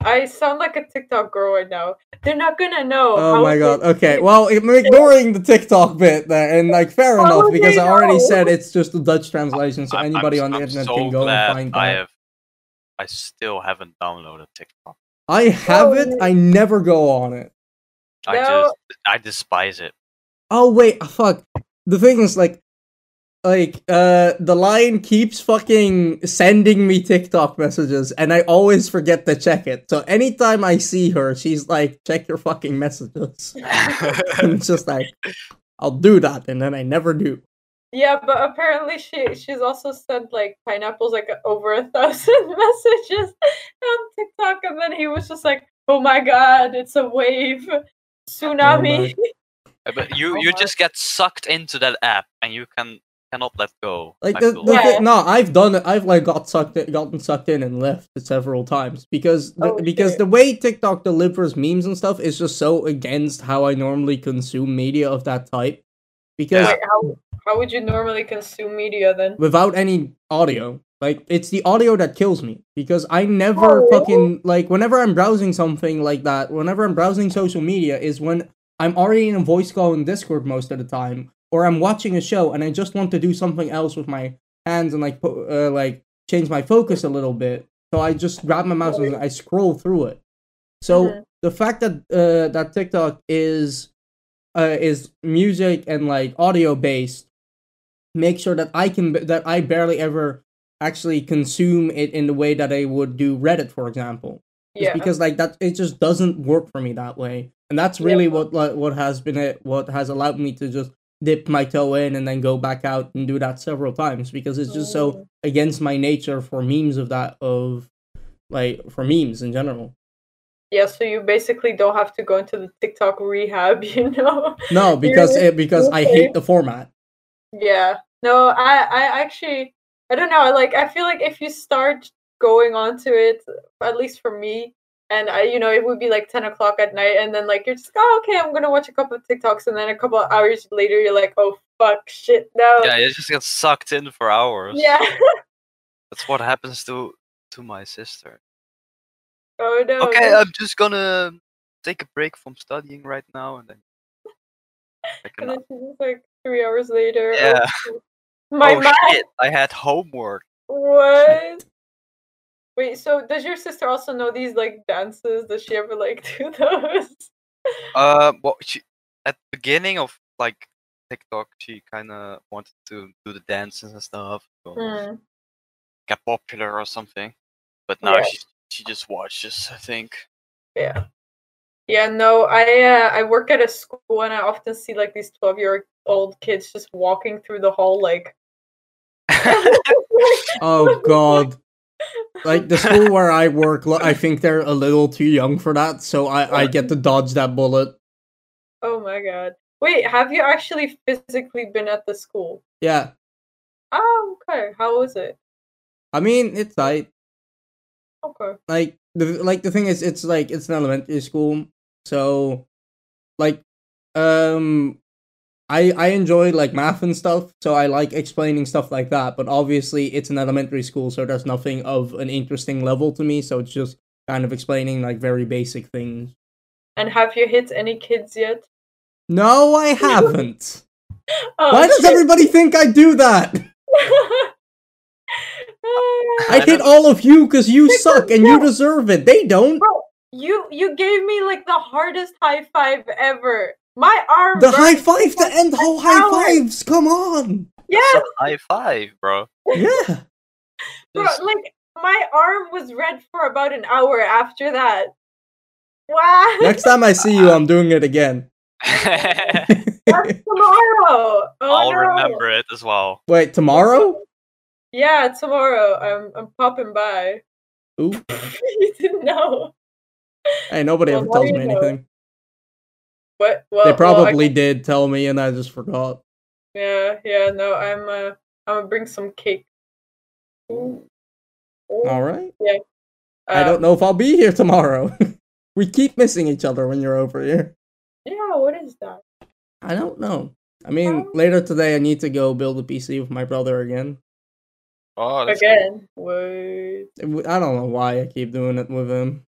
Speaker 2: I sound like a TikTok girl right now. They're not gonna know.
Speaker 1: Oh
Speaker 2: How
Speaker 1: my
Speaker 2: would
Speaker 1: god.
Speaker 2: they-
Speaker 1: Okay. Well, I'm ignoring the TikTok bit there, and like, fair
Speaker 2: How
Speaker 1: enough
Speaker 2: would
Speaker 1: because
Speaker 2: they
Speaker 1: I already
Speaker 2: know?
Speaker 1: said it's just a Dutch translation, so
Speaker 3: I'm- I'm
Speaker 1: anybody
Speaker 3: s-
Speaker 1: on the
Speaker 3: I'm
Speaker 1: internet
Speaker 3: so
Speaker 1: can go
Speaker 3: glad
Speaker 1: and find
Speaker 3: I
Speaker 1: that.
Speaker 3: have. I still haven't downloaded TikTok.
Speaker 1: I have it.
Speaker 2: No.
Speaker 1: I never go on it.
Speaker 3: I
Speaker 2: No.
Speaker 3: just I despise it.
Speaker 1: Oh wait, ah, fuck. The thing is like like uh the line keeps fucking sending me TikTok messages and I always forget to check it. So anytime I see her, she's like, check your fucking messages. and it's just like I'll do that and then I never do.
Speaker 2: Yeah, but apparently she she's also sent like pineapples like over a thousand messages on TikTok, and then he was just like, "Oh my god, it's a wave, tsunami."
Speaker 1: Oh
Speaker 3: Uh, but you
Speaker 2: Oh
Speaker 3: you
Speaker 2: my-
Speaker 3: just get sucked into that app and you can cannot let go.
Speaker 1: Like
Speaker 3: I
Speaker 1: the,
Speaker 3: feel
Speaker 1: the
Speaker 2: Yeah.
Speaker 1: thi- no, I've done it. I've like got sucked, in, gotten sucked in and left several times because the,
Speaker 2: Oh,
Speaker 1: because
Speaker 2: shit.
Speaker 1: the way TikTok delivers memes and stuff is just so against how I normally consume media of that type. Because
Speaker 3: Yeah.
Speaker 2: Wait, how how would you normally consume media then?
Speaker 1: without any audio. Like it's the audio that kills me because I never
Speaker 2: Oh.
Speaker 1: fucking like whenever I'm browsing something like that, whenever I'm browsing social media is when I'm already in a voice call in Discord most of the time or I'm watching a show and I just want to do something else with my hands and like po- uh, like change my focus a little bit. So I just grab my mouse and I scroll through it. So
Speaker 2: Mhm.
Speaker 1: the fact that uh, that TikTok is uh, is music and like audio based make sure that I can that I barely ever actually consume it in the way that I would do Reddit, for example. Just
Speaker 2: Yeah,
Speaker 1: because like that, it just doesn't work for me that way, and that's really
Speaker 2: Yeah.
Speaker 1: what like, what has been it, what has allowed me to just dip my toe in and then go back out and do that several times because it's just so
Speaker 2: Mm.
Speaker 1: against my nature for memes of that of like for memes in general.
Speaker 2: yeah. So you basically don't have to go into the TikTok rehab, you know?
Speaker 1: No, because
Speaker 2: You're-
Speaker 1: it, because I
Speaker 2: okay.
Speaker 1: hate the format.
Speaker 2: Yeah. No, I I actually I don't know. I like I feel like if you start going onto it, at least for me, and I you know it would be like ten o'clock at night, and then like you're just oh okay, I'm gonna watch a couple of TikToks, and then a couple of hours later you're like oh fuck shit no
Speaker 3: yeah, you just get sucked in for hours.
Speaker 2: yeah
Speaker 3: That's what happens to to my sister.
Speaker 2: oh no
Speaker 3: Okay, uh,
Speaker 2: no.
Speaker 3: I'm just gonna take a break from studying right now and then like
Speaker 2: and
Speaker 3: an-
Speaker 2: then she's just like three hours later oh,
Speaker 3: Yeah.
Speaker 2: shoot. my
Speaker 3: oh
Speaker 2: mind
Speaker 3: shit, I had homework.
Speaker 2: what. Wait, so does your sister also know these like dances? Does she ever like do those?
Speaker 3: Uh, well, she, at the beginning of like TikTok, she kind of wanted to do the dances and stuff, so
Speaker 2: Hmm.
Speaker 3: get popular or something. But now
Speaker 2: Yeah.
Speaker 3: she she just watches, I think.
Speaker 2: Yeah. Yeah, no, I uh, I work at a school and I often see like these 12-year-old kids just walking through the hall like
Speaker 1: Oh god. Like the school where I work, lo- I think they're a little too young for that, so I, I get to dodge that bullet.
Speaker 2: Oh my god. Wait, have you actually physically been at the school?
Speaker 1: Yeah,
Speaker 2: Oh, okay. How was it?
Speaker 1: I mean it's tight.
Speaker 2: Okay.
Speaker 1: Like the like the thing is, it's like it's an elementary school, so like um, I I enjoy like math and stuff, so I like explaining stuff like that. But obviously, it's an elementary school, so there's nothing of an interesting level to me. So it's just kind of explaining like very basic things.
Speaker 2: And have you hit any kids yet?
Speaker 1: No, I haven't.
Speaker 2: Oh,
Speaker 1: Why does
Speaker 2: shit.
Speaker 1: everybody think I do that?
Speaker 2: Ah,
Speaker 1: I hit all of you because you
Speaker 2: Because
Speaker 1: suck and you deserve it. They don't.
Speaker 2: you you gave me like the hardest high five ever. My arm.
Speaker 1: The
Speaker 2: burned.
Speaker 1: high five to end whole high
Speaker 2: Howard.
Speaker 1: fives. Come on.
Speaker 2: Yes,
Speaker 3: High five, bro.
Speaker 1: Yeah.
Speaker 2: bro, like my arm was red for about an hour after that. Wow.
Speaker 1: Next time I see you, I'm doing it again.
Speaker 2: That's tomorrow. Oh,
Speaker 3: I'll
Speaker 2: no.
Speaker 3: remember it as well.
Speaker 1: Wait, tomorrow?
Speaker 2: Yeah, tomorrow. I'm I'm popping by.
Speaker 1: Ooh.
Speaker 2: you didn't know.
Speaker 1: Hey, nobody
Speaker 2: Well,
Speaker 1: ever
Speaker 2: now
Speaker 1: tells
Speaker 2: you
Speaker 1: me
Speaker 2: know.
Speaker 1: anything.
Speaker 2: What? Well,
Speaker 1: They
Speaker 2: well, I
Speaker 1: probably did tell me and I just forgot.
Speaker 2: Yeah, yeah, no, I'm uh I'm gonna bring some cake. Ooh. Ooh.
Speaker 1: All right. I
Speaker 2: Uh,
Speaker 1: don't know if I'll be here tomorrow. we keep missing each other when you're over here.
Speaker 2: Yeah, what is that?
Speaker 1: I don't know. I mean,
Speaker 2: Um,
Speaker 1: later today I need to go build a PC with my brother again.
Speaker 3: Oh, that's good.
Speaker 2: Again. Wait.
Speaker 1: I don't know why I keep doing it with him.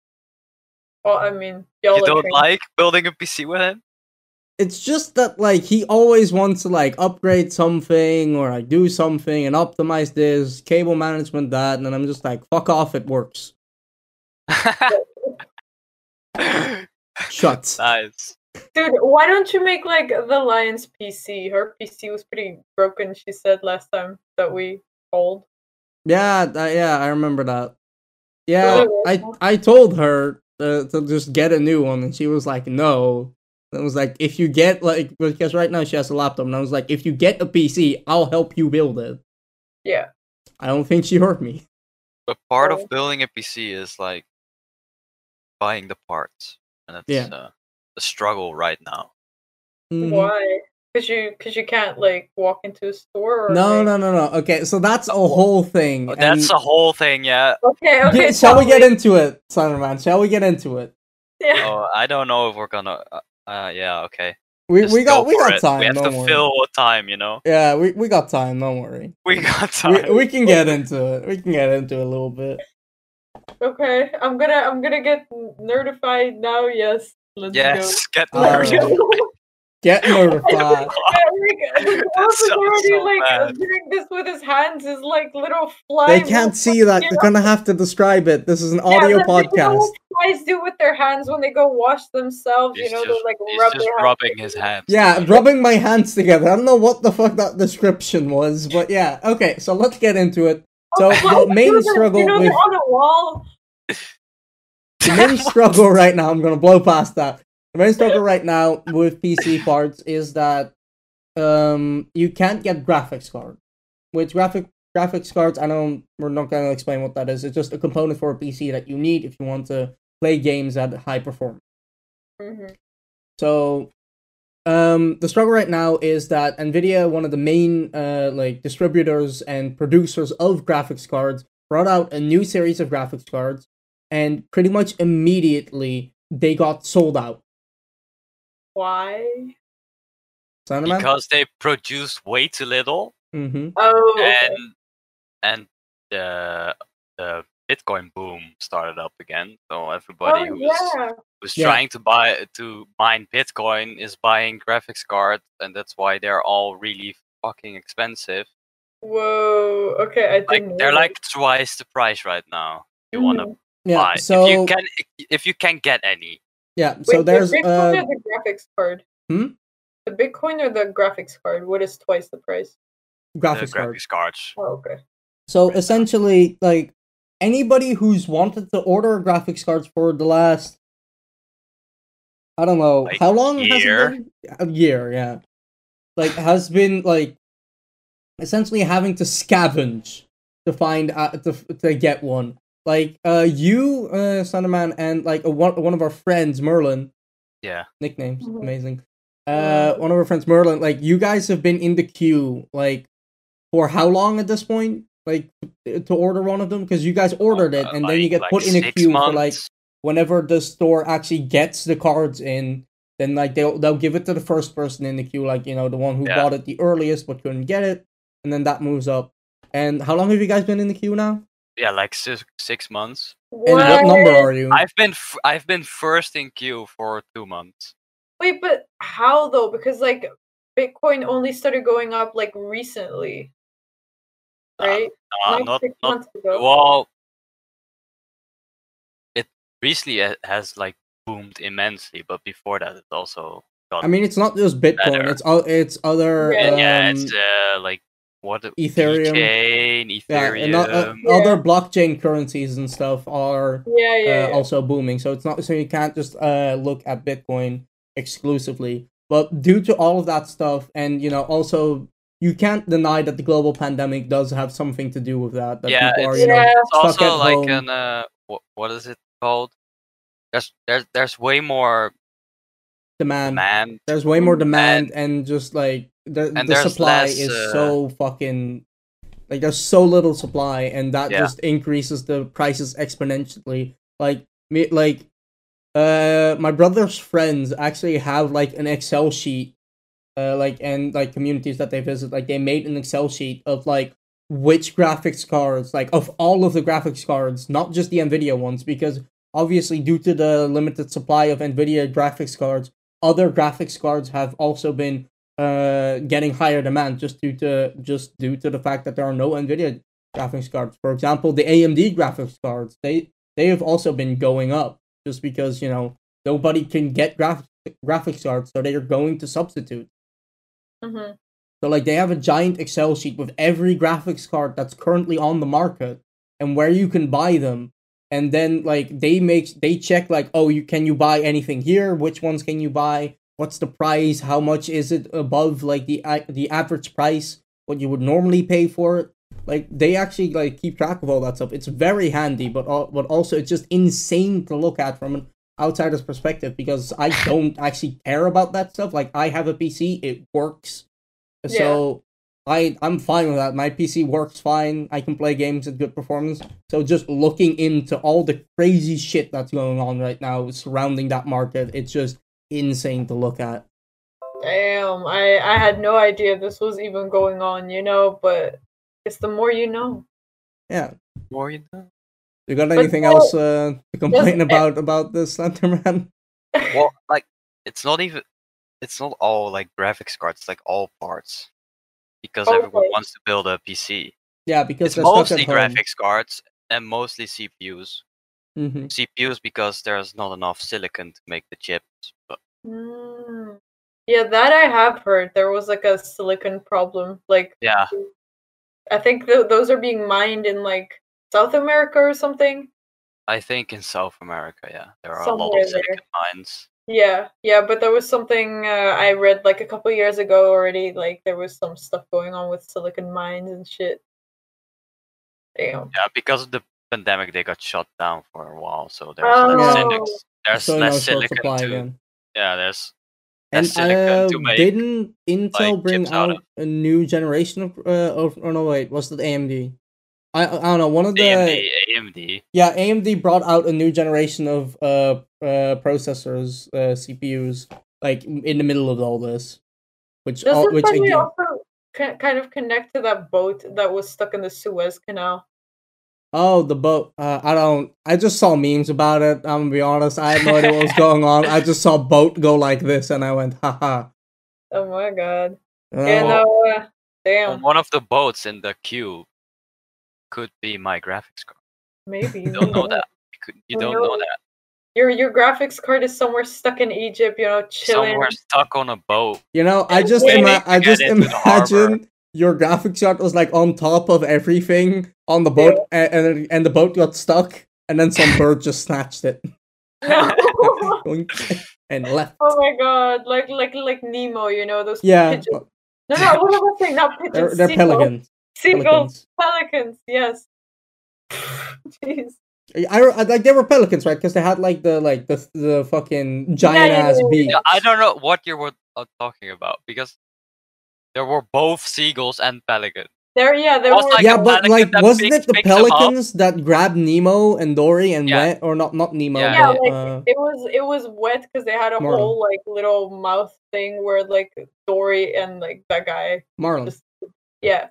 Speaker 2: Well, Oh, I mean, y'all
Speaker 3: You
Speaker 2: are
Speaker 3: don't
Speaker 2: trained.
Speaker 3: like building a PC with him?
Speaker 1: it's just that like he always wants to like upgrade something or like do something and optimize this cable management that and then i'm just like fuck off it works shut
Speaker 3: nice.
Speaker 2: Dude, why don't you make like the Lion's PC? Her PC was pretty broken, she said last time that we called.
Speaker 1: yeah th- yeah i remember that yeah
Speaker 2: Really?
Speaker 1: i i told her uh, to just get a new one and she was like no and i was like if you get like because right now she has a laptop and i was like if you get a pc i'll help you build it
Speaker 2: Yeah.
Speaker 1: i don't think she heard me
Speaker 3: But part
Speaker 2: Oh.
Speaker 3: of building a PC is like buying the parts, and that's
Speaker 1: Yeah.
Speaker 3: uh, a struggle right now.
Speaker 1: Mhm.
Speaker 2: Why? Cause you cause you can't like walk into a store or
Speaker 1: no
Speaker 2: like-
Speaker 1: no no no okay so that's a whole thing
Speaker 3: Oh, that's
Speaker 1: Mm, and-
Speaker 3: the whole thing, yeah.
Speaker 2: Okay,
Speaker 1: Yeah,
Speaker 2: okay.
Speaker 1: shall we
Speaker 2: totally.
Speaker 1: get into it, Slenderman? Shall we get into it?
Speaker 2: Yeah.
Speaker 3: Oh, I don't know if we're gonna. Uh, uh, yeah, okay.
Speaker 1: We,
Speaker 3: Just
Speaker 1: we got
Speaker 3: go
Speaker 1: we
Speaker 3: for
Speaker 1: got
Speaker 3: it.
Speaker 1: time.
Speaker 3: We have
Speaker 1: don't
Speaker 3: to
Speaker 1: worry.
Speaker 3: fill time, you know.
Speaker 1: Yeah, we, we got time. Don't worry.
Speaker 3: We got
Speaker 1: We,
Speaker 3: time.
Speaker 1: we can get into it. We can get into it a little bit.
Speaker 3: Oh.
Speaker 2: Okay, I'm gonna I'm gonna get n- nerdified now. Yes, let's
Speaker 3: yes, get
Speaker 1: Uh,
Speaker 2: go.
Speaker 3: there.
Speaker 1: Alright. Get notified.
Speaker 2: the
Speaker 3: sounds
Speaker 2: already
Speaker 3: so
Speaker 2: like
Speaker 3: bad.
Speaker 2: doing this with his hands is like little flies.
Speaker 1: they can't see that.
Speaker 2: Yeah.
Speaker 1: You're gonna have to describe it. This is an
Speaker 2: Yeah,
Speaker 1: audio
Speaker 2: that's like, you know
Speaker 1: podcast.
Speaker 2: what flies do with their hands when they go wash themselves.
Speaker 3: He's
Speaker 2: you know,
Speaker 3: just,
Speaker 2: they like
Speaker 3: he's
Speaker 2: rub
Speaker 3: just
Speaker 2: their hands.
Speaker 3: rubbing his hands.
Speaker 1: Yeah, rubbing my hands together. I don't know what the fuck that description was, but yeah. Okay, so let's get into it. So
Speaker 2: Oh,
Speaker 1: the
Speaker 2: flies
Speaker 1: main
Speaker 2: do this,
Speaker 1: struggle
Speaker 2: you know, they're
Speaker 1: with-
Speaker 2: on a wall.
Speaker 1: the main struggle right now, I'm gonna blow past that. The main struggle right now with PC parts is that um you can't get graphics card. Which graphic graphics cards, I don't we're not gonna explain what that is. It's just a component for a PC that you need if you want to play games at high performance.
Speaker 2: Mhm.
Speaker 1: So um the struggle right now is that Nvidia, one of the main uh like distributors and producers of graphics cards, brought out a new series of graphics cards and pretty much immediately they got sold out.
Speaker 2: Why?
Speaker 1: Sandman?
Speaker 3: because they produced way too little,
Speaker 1: Mm-hmm.
Speaker 2: Oh, okay.
Speaker 3: and and the the Bitcoin boom started up again. So everybody
Speaker 2: oh
Speaker 3: who's
Speaker 2: yeah.
Speaker 3: who's
Speaker 1: Yeah.
Speaker 3: trying to buy to mine Bitcoin is buying graphics cards, and that's why they're all really fucking expensive.
Speaker 2: Whoa. Okay, I didn't.
Speaker 3: Like
Speaker 2: know
Speaker 3: they're
Speaker 2: that.
Speaker 3: like twice the price right now. You wanna
Speaker 2: Mhm.
Speaker 1: Yeah.
Speaker 3: buy
Speaker 1: So
Speaker 3: if you can if you can get any.
Speaker 1: yeah.
Speaker 2: Wait,
Speaker 1: So there's
Speaker 2: the Bitcoin
Speaker 1: uh
Speaker 2: or the graphics card.
Speaker 1: Hmm?
Speaker 2: The Bitcoin or the graphics card? What is twice the price?
Speaker 3: the
Speaker 1: graphics cards.
Speaker 3: graphics cards.
Speaker 2: Oh, okay.
Speaker 1: So
Speaker 3: Right.
Speaker 1: essentially, like anybody who's wanted to order graphics cards for the last, I don't know,
Speaker 3: Like,
Speaker 1: how long has
Speaker 3: year?
Speaker 1: it been? A year, yeah. Like has been like essentially having to scavenge to find uh, to to get one. Like uh, you, uh, Sandman, and like uh, one one of our friends, Merlin.
Speaker 3: Yeah.
Speaker 1: Nicknames,
Speaker 2: Mhm.
Speaker 1: amazing. Uh, one of our friends, Merlin. Like you guys have been in the queue like for how long at this point? Like to order one of them because you guys ordered it
Speaker 3: Uh,
Speaker 1: and then you
Speaker 3: like-
Speaker 1: get
Speaker 3: like
Speaker 1: put in a
Speaker 3: six
Speaker 1: queue for like
Speaker 3: months.
Speaker 1: whenever the store actually gets the cards in, then like they'll they'll give it to the first person in the queue, like you know the one who
Speaker 3: Yeah.
Speaker 1: bought it the earliest but couldn't get it, and then that moves up. And how long have you guys been in the queue now?
Speaker 3: Yeah, like six six months.
Speaker 1: And what number are you?
Speaker 3: I've been f- I've been first in queue for two months.
Speaker 2: Wait, but how though? Because like Bitcoin only started going up like recently,
Speaker 3: Uh,
Speaker 2: right?
Speaker 3: Uh,
Speaker 2: Like,
Speaker 3: not
Speaker 2: six
Speaker 3: not
Speaker 2: months ago.
Speaker 3: well. It recently ha- has like boomed immensely, but before that, it also got
Speaker 1: I mean, it's not just Bitcoin.
Speaker 3: Better.
Speaker 1: It's all it's other
Speaker 2: Yeah,
Speaker 1: um,
Speaker 3: yeah, it's uh, E like what the-
Speaker 1: Ethereum.
Speaker 3: DK,
Speaker 1: yeah,
Speaker 3: Ethereum.
Speaker 1: and not- uh,
Speaker 2: Yeah.
Speaker 1: other blockchain currencies and stuff are
Speaker 2: yeah, yeah,
Speaker 1: uh,
Speaker 2: yeah.
Speaker 1: also booming. So it's not so you can't just uh, look at Bitcoin exclusively. But due to all of that stuff, and you know, also you can't deny that the global pandemic does have something to do with that. That
Speaker 3: Yeah,
Speaker 1: people are,
Speaker 3: it's-
Speaker 1: you know,
Speaker 2: Yeah.
Speaker 3: it's
Speaker 1: stuck
Speaker 3: also
Speaker 1: at
Speaker 3: like
Speaker 1: home.
Speaker 3: an uh, what, what is it called? There's there's there's way more
Speaker 1: demand.
Speaker 3: demand.
Speaker 1: There's way more demand, and just like the,
Speaker 3: and
Speaker 1: the
Speaker 3: there's
Speaker 1: supply
Speaker 3: less,
Speaker 1: is
Speaker 3: uh,
Speaker 1: so fucking like there's so little supply, and that
Speaker 3: Yeah.
Speaker 1: just increases the prices exponentially. Like me, like uh, my brother's friends actually have like an Excel sheet, uh, like and like communities that they visit, like they made an Excel sheet of like which graphics cards, like of all of the graphics cards, not just the Nvidia ones, because obviously due to the limited supply of Nvidia graphics cards, other graphics cards have also been uh getting higher demand just due to just due to the fact that there are no Nvidia graphics cards. For example, the AMD graphics cards, they they have also been going up just because, you know, nobody can get graph- graphics cards, so they are going to substitute.
Speaker 2: Mhm.
Speaker 1: So like they have a giant Excel sheet with every graphics card that's currently on the market and where you can buy them. And then like they make they check like oh you can you buy anything here? Which ones can you buy? What's the price? How much is it above like the a- the average price what you would normally pay for it? Like they actually like keep track of all that stuff. It's very handy, but al- but also it's just insane to look at from an outsider's perspective because I don't actually care about that stuff. Like I have a PC, it works. So I I'm fine with that. My PC works fine. I can play games at good performance. So just looking into all the crazy shit that's going on right now surrounding that market, it's just insane to look at.
Speaker 2: Damn, I I had no idea this was even going on, you know. But it's the more you know.
Speaker 1: Yeah.
Speaker 3: More you know.
Speaker 1: You got
Speaker 2: But
Speaker 1: anything
Speaker 2: no,
Speaker 1: else uh, to complain
Speaker 2: it-
Speaker 1: about about the Slenderman?
Speaker 3: Well, like it's not even it's not all like graphics cards. It's like all parts because
Speaker 1: Oh,
Speaker 2: All
Speaker 3: everyone
Speaker 2: parts.
Speaker 3: wants to build a PC.
Speaker 1: Yeah, because
Speaker 3: It's
Speaker 1: they're stuck
Speaker 3: mostly
Speaker 1: at home.
Speaker 3: graphics cards and mostly CPUs.
Speaker 1: Mhm.
Speaker 3: CPUs because there's not enough silicon to make the chips. But
Speaker 2: Mm. Yeah, that I have heard. There was like a silicon problem. Like
Speaker 3: yeah,
Speaker 2: I think th- those are being mined in like South America or something.
Speaker 3: I think in South America, yeah, there are a lot
Speaker 2: Somewhere
Speaker 3: of
Speaker 2: there.
Speaker 3: silicon mines.
Speaker 2: Yeah, yeah, but there was something uh, I read like a couple years ago already. Like there was some stuff going on with silicon mines and shit. Damn.
Speaker 3: Yeah, because of the pandemic, they got shut down for a while, so there's
Speaker 2: Oh.
Speaker 3: less silicon. There's
Speaker 1: So no
Speaker 3: less
Speaker 1: short
Speaker 3: silicon
Speaker 1: supply
Speaker 3: to
Speaker 1: again.
Speaker 3: yeah. There's
Speaker 1: And
Speaker 3: less silicon to
Speaker 1: uh,
Speaker 3: make.
Speaker 1: didn't Intel
Speaker 3: like,
Speaker 1: bring
Speaker 3: chips out
Speaker 1: out,
Speaker 3: of-
Speaker 1: a new generation of uh of oh no wait, was that AMD? I I don't know, one of the
Speaker 3: AMD, AMD.
Speaker 1: Yeah, AMD brought out a new generation of uh, uh processors, uh, CPUs, like in the middle of all this, which all,
Speaker 2: Doesn't
Speaker 1: Oh, which
Speaker 2: probably
Speaker 1: again,
Speaker 2: also ki- kind of connect to that boat that was stuck in the Suez Canal?
Speaker 1: oh the boat. Uh, I don't. I just saw memes about it. I'm gonna be honest. I had no idea what was going on. I just saw boat go like this, and I went, haha.
Speaker 2: Oh my god.
Speaker 1: Uh,
Speaker 2: Yeah, no, uh,
Speaker 3: On
Speaker 2: damn.
Speaker 3: one of the boats in the queue could be my graphics card.
Speaker 2: Maybe.
Speaker 3: You don't know
Speaker 2: maybe.
Speaker 3: that. You, could, you
Speaker 2: Who
Speaker 3: don't know
Speaker 2: knows?
Speaker 3: that.
Speaker 2: Your your graphics card is somewhere stuck in Egypt, you know, chilling.
Speaker 3: Somewhere stuck on a boat.
Speaker 1: You know, I
Speaker 2: It's
Speaker 1: just
Speaker 2: waiting
Speaker 1: ima-
Speaker 3: to
Speaker 1: I
Speaker 3: get
Speaker 1: just
Speaker 3: into the harbor.
Speaker 1: imagine your graphics shot was like on top of everything on the boat, a- and and the boat got stuck, and then some bird just snatched it
Speaker 2: No.
Speaker 1: Going- and left.
Speaker 2: oh my god, like like like Nemo, you know those
Speaker 1: Yeah,
Speaker 2: pigeons. No, no, what am I saying? Not pigeons.
Speaker 1: they're, they're
Speaker 2: seagulls.
Speaker 1: pelicans.
Speaker 2: Seagulls, pelicans. Yes. Jeez.
Speaker 1: I, I like they were pelicans, right? Because they had like the like the the fucking giant
Speaker 2: yeah,
Speaker 1: ass
Speaker 2: yeah, yeah.
Speaker 1: beak.
Speaker 3: Yeah, I don't know what you were uh, talking about because there were both seagulls and pelicans.
Speaker 2: There, yeah, there
Speaker 3: Also,
Speaker 2: were.
Speaker 3: like,
Speaker 1: yeah,
Speaker 3: a
Speaker 1: but
Speaker 3: pelican
Speaker 1: like,
Speaker 3: that
Speaker 1: wasn't
Speaker 3: picks-
Speaker 1: it the
Speaker 3: picks 'em up.
Speaker 1: pelicans that grabbed Nemo and Dory and
Speaker 3: Yeah.
Speaker 1: went, or not not Nemo?
Speaker 3: Yeah.
Speaker 2: yeah,
Speaker 1: but,
Speaker 2: like
Speaker 1: uh,
Speaker 2: it was it was wet because they had a
Speaker 1: Marlin.
Speaker 2: whole like little mouth thing where like Dory and like that guy.
Speaker 1: Marlin,
Speaker 2: Just- Yeah,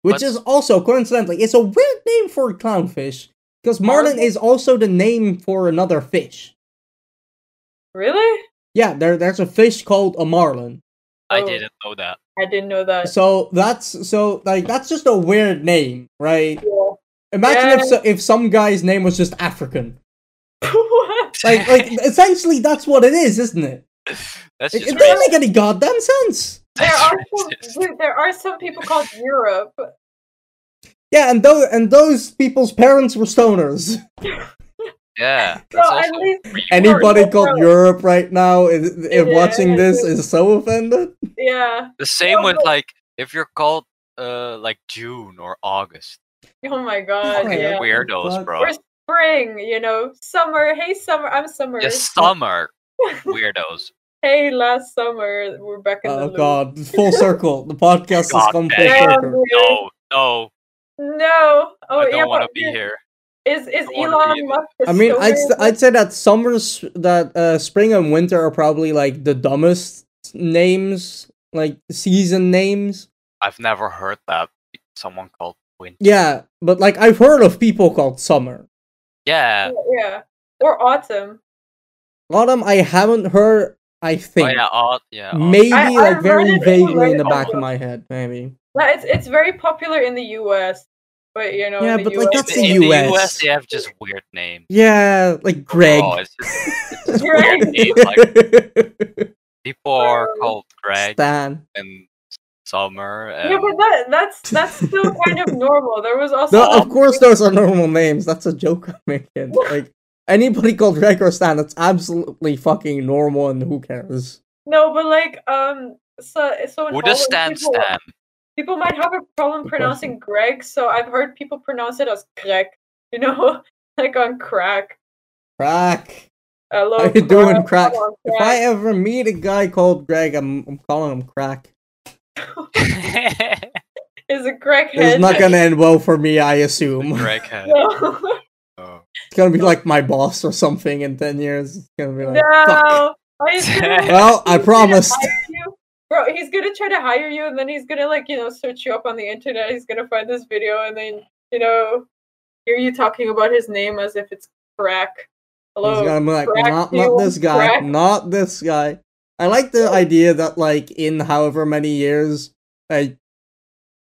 Speaker 1: which
Speaker 3: But-
Speaker 1: is also coincidentally, it's a weird name for a clownfish because Marlin
Speaker 2: Marlin?
Speaker 1: is also the name for another fish.
Speaker 2: really?
Speaker 1: Yeah, there there's a fish called a marlin.
Speaker 3: I
Speaker 2: Oh.
Speaker 3: didn't know that.
Speaker 2: I didn't know that.
Speaker 1: So that's so like that's just a weird name, right?
Speaker 2: Yeah.
Speaker 1: Imagine if
Speaker 2: Yeah.
Speaker 1: so, if some guy's name was just African.
Speaker 2: What?
Speaker 1: Like like essentially that's what it is, isn't it?
Speaker 3: That's
Speaker 1: It,
Speaker 3: just
Speaker 1: it
Speaker 3: racist.
Speaker 1: doesn't make any goddamn sense.
Speaker 2: There
Speaker 3: That's
Speaker 2: are some,
Speaker 3: racist.
Speaker 2: dude, there are some people called Europe.
Speaker 1: Yeah, and those and those people's parents were stoners.
Speaker 3: Yeah.
Speaker 2: So
Speaker 3: That's
Speaker 2: at
Speaker 3: also
Speaker 2: least
Speaker 3: really
Speaker 1: Anybody
Speaker 2: no,
Speaker 1: called
Speaker 2: no.
Speaker 1: Europe right now is, if
Speaker 2: Yeah.
Speaker 1: watching this is so offended.
Speaker 2: yeah.
Speaker 3: The same
Speaker 2: No,
Speaker 3: with
Speaker 2: but-
Speaker 3: like if you're called uh like June or August.
Speaker 2: Oh my god.
Speaker 1: Okay.
Speaker 2: Yeah.
Speaker 3: Weirdos,
Speaker 1: Uh, Fuck.
Speaker 3: bro.
Speaker 2: Or spring, you know, summer. Hey, summer. I'm summer.
Speaker 3: Just summer weirdos.
Speaker 2: hey, last summer we're back in the
Speaker 1: Oh
Speaker 2: loop.
Speaker 1: god, full circle. The podcast has
Speaker 3: God
Speaker 1: come full
Speaker 3: damn.
Speaker 2: Yeah,
Speaker 1: circle.
Speaker 2: dude.
Speaker 3: No,
Speaker 1: Oh,
Speaker 3: no,
Speaker 2: No. Oh
Speaker 3: I don't
Speaker 2: yeah.
Speaker 3: want to
Speaker 2: but
Speaker 3: be
Speaker 2: dude,
Speaker 3: here.
Speaker 2: Is is
Speaker 3: don't wanna
Speaker 2: Elon
Speaker 3: be in
Speaker 2: Musk?
Speaker 1: I mean,
Speaker 2: still
Speaker 1: I'd
Speaker 2: in
Speaker 1: st- I'd say that summers that uh, spring and winter are probably like the dumbest names, like season names.
Speaker 3: I've never heard that someone called Winter.
Speaker 1: Yeah, but like I've heard of people called summer.
Speaker 3: Yeah.
Speaker 2: Yeah, yeah. Or autumn.
Speaker 1: Autumn, I haven't heard. I
Speaker 3: Oh
Speaker 1: think
Speaker 3: yeah, odd, yeah. odd.
Speaker 1: maybe
Speaker 2: I- I
Speaker 1: like
Speaker 2: heard
Speaker 1: very
Speaker 2: it
Speaker 1: vaguely in
Speaker 2: already.
Speaker 1: the back of my head, maybe.
Speaker 2: Yeah, it's it's very popular in the U.S., but you know, in
Speaker 1: Yeah,
Speaker 2: the
Speaker 1: but,
Speaker 2: US,
Speaker 1: like, that's
Speaker 3: in
Speaker 1: the
Speaker 3: in the
Speaker 1: US.
Speaker 3: US they have just weird names.
Speaker 1: Yeah, like Greg.
Speaker 3: Oh, it's just
Speaker 2: Greg.
Speaker 3: weird names. Like people are called Greg
Speaker 1: Stan.
Speaker 3: and Summer and
Speaker 2: yeah, but that that's that's still kind of normal. There was also um,
Speaker 1: No, of course those are normal names. That's a joke I'm making. Like anybody called Greg or Stan, that's absolutely fucking normal, and who cares?
Speaker 2: no, but like um, so so in
Speaker 3: Who does
Speaker 2: Holland,
Speaker 3: Stan
Speaker 2: people,
Speaker 3: Stan?
Speaker 2: people might have a problem
Speaker 1: Good
Speaker 2: pronouncing Greg, so I've heard people pronounce it as Greg. You know, like on crack.
Speaker 1: Crack.
Speaker 2: Hello,
Speaker 1: How you doing, crack?
Speaker 2: I'm on
Speaker 1: If I ever meet a guy called Greg, I'm, I'm calling him crack.
Speaker 2: Is it Greg
Speaker 1: It's
Speaker 2: head?
Speaker 1: not gonna end well for me, I assume.
Speaker 3: Greg had
Speaker 2: no.
Speaker 3: oh.
Speaker 1: It's gonna be like my boss or something in ten years. It's gonna be like, fuck.
Speaker 2: no. Are you serious?
Speaker 1: Well, I
Speaker 2: He's gonna
Speaker 1: promised.
Speaker 2: hire you- Bro, he's gonna try to hire you, and then he's gonna like you know search you up on the internet. He's gonna find this video, and then you know hear you talking about his name as if it's crack.
Speaker 1: He's
Speaker 2: Hello.
Speaker 1: gonna be like,
Speaker 2: crack
Speaker 1: not,
Speaker 2: you,
Speaker 1: not this guy,
Speaker 2: crack."
Speaker 1: not this guy. I like the idea that, like, in however many years, like,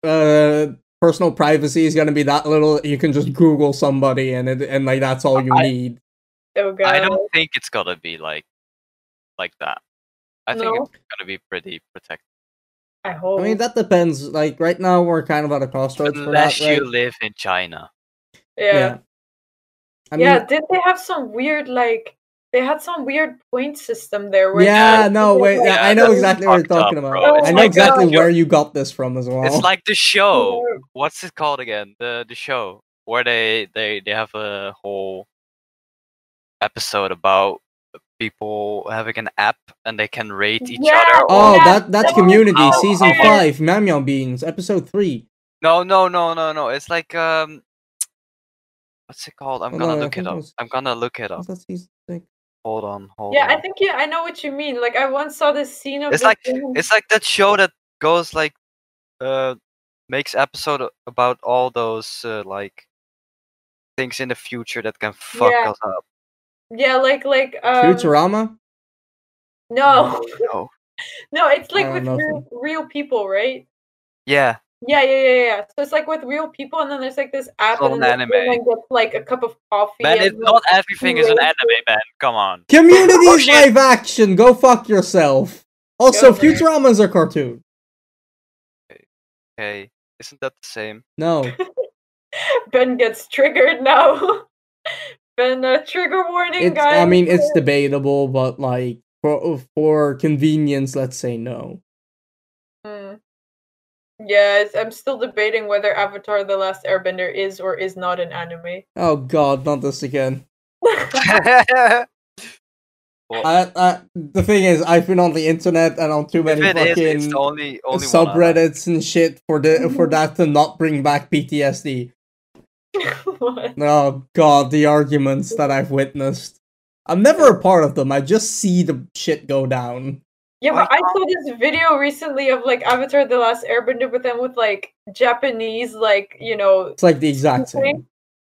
Speaker 1: uh, personal privacy is gonna be that little. that You can just Google somebody, and it, and like that's all you
Speaker 3: I-
Speaker 1: need.
Speaker 2: oh god.
Speaker 3: I don't think it's gonna be like like that. I think
Speaker 2: No?
Speaker 3: it's gonna be pretty protected.
Speaker 2: I hope.
Speaker 1: I mean, that depends. Like, right now we're kind of at a crossroads for that,
Speaker 3: Unless
Speaker 1: right?
Speaker 3: you live in China.
Speaker 2: yeah. Yeah.
Speaker 1: yeah. I mean,
Speaker 2: did they have some weird like? They had some weird point system there. Where
Speaker 1: yeah, no, wait,
Speaker 2: Yeah,
Speaker 1: yeah, I know
Speaker 3: that's
Speaker 1: exactly what you're
Speaker 3: fucked up,
Speaker 1: talking about.
Speaker 3: bro.
Speaker 2: It's
Speaker 1: I know
Speaker 2: like,
Speaker 1: exactly
Speaker 2: uh,
Speaker 1: where you got this from as well.
Speaker 3: It's like the show.
Speaker 2: Yeah.
Speaker 3: What's it called again? The the show where they they they have a whole episode about people having an app and they can rate each
Speaker 2: Yeah.
Speaker 3: other. or-
Speaker 1: Oh,
Speaker 2: Yeah,
Speaker 1: that that's
Speaker 2: that-
Speaker 1: community
Speaker 3: Oh,
Speaker 1: season
Speaker 2: okay.
Speaker 1: five, Mamyon Beans, episode three.
Speaker 3: No, no, no, no, no. It's like um, what's it called? I'm
Speaker 1: Hold
Speaker 3: gonna
Speaker 1: on, I
Speaker 3: look
Speaker 1: think
Speaker 3: it
Speaker 1: it
Speaker 3: up.
Speaker 1: was-
Speaker 3: I'm gonna look it up.
Speaker 1: Was that season six?
Speaker 3: Hold on, hold
Speaker 2: Yeah, I
Speaker 3: on.
Speaker 2: think yeah, I know what you mean. Like I once saw this scene of
Speaker 3: Oh. It's
Speaker 2: this
Speaker 3: like-
Speaker 2: woman-
Speaker 3: It's like that show that goes like, uh, makes episode a- about all those uh, like things in the future that can fuck
Speaker 2: Yeah.
Speaker 3: us up.
Speaker 2: yeah, like like um,
Speaker 1: Futurama?
Speaker 2: no,
Speaker 3: No.
Speaker 2: no, it's like
Speaker 1: I
Speaker 2: with
Speaker 1: don't know if
Speaker 2: real, real people, right?
Speaker 3: Yeah,
Speaker 2: Yeah, yeah, yeah, yeah. So it's like with real people, and then there's like this app,
Speaker 3: called
Speaker 2: and then
Speaker 3: an
Speaker 2: this woman
Speaker 3: anime.
Speaker 2: gets like a cup of coffee.
Speaker 3: man.
Speaker 2: and
Speaker 3: It's
Speaker 2: then-
Speaker 3: not everything is an
Speaker 2: rates
Speaker 3: anime, man. Come on.
Speaker 1: Community
Speaker 3: Oh,
Speaker 1: is
Speaker 3: shit.
Speaker 1: live action. Go fuck yourself. Also,
Speaker 2: Go for it.
Speaker 1: Futurama is a cartoon.
Speaker 3: Okay, isn't that the same?
Speaker 1: No,
Speaker 2: Ben gets triggered now. ben, uh, trigger warning,
Speaker 1: it's.
Speaker 2: guys.
Speaker 1: I mean, it's debatable, but like for for convenience, let's say no.
Speaker 2: Mm. Yes, I'm still debating whether Avatar: The Last Airbender is or is not an anime.
Speaker 1: Oh god, not this again.
Speaker 3: Well,
Speaker 1: I, I, the thing is, I've been on the internet and on too
Speaker 3: if
Speaker 1: many
Speaker 3: it is,
Speaker 1: fucking
Speaker 3: it's the only, only one I like.
Speaker 1: subreddits and shit for the for that to not bring back PTSD.
Speaker 2: What?
Speaker 1: Oh god, the arguments that I've witnessed. I'm never a part of them. I just see the shit go down.
Speaker 2: Yeah, but
Speaker 3: I
Speaker 2: I saw this video recently of like Avatar: The Last Airbender, but then with like Japanese, like you know,
Speaker 1: It's like the exact
Speaker 2: Okay.
Speaker 1: same.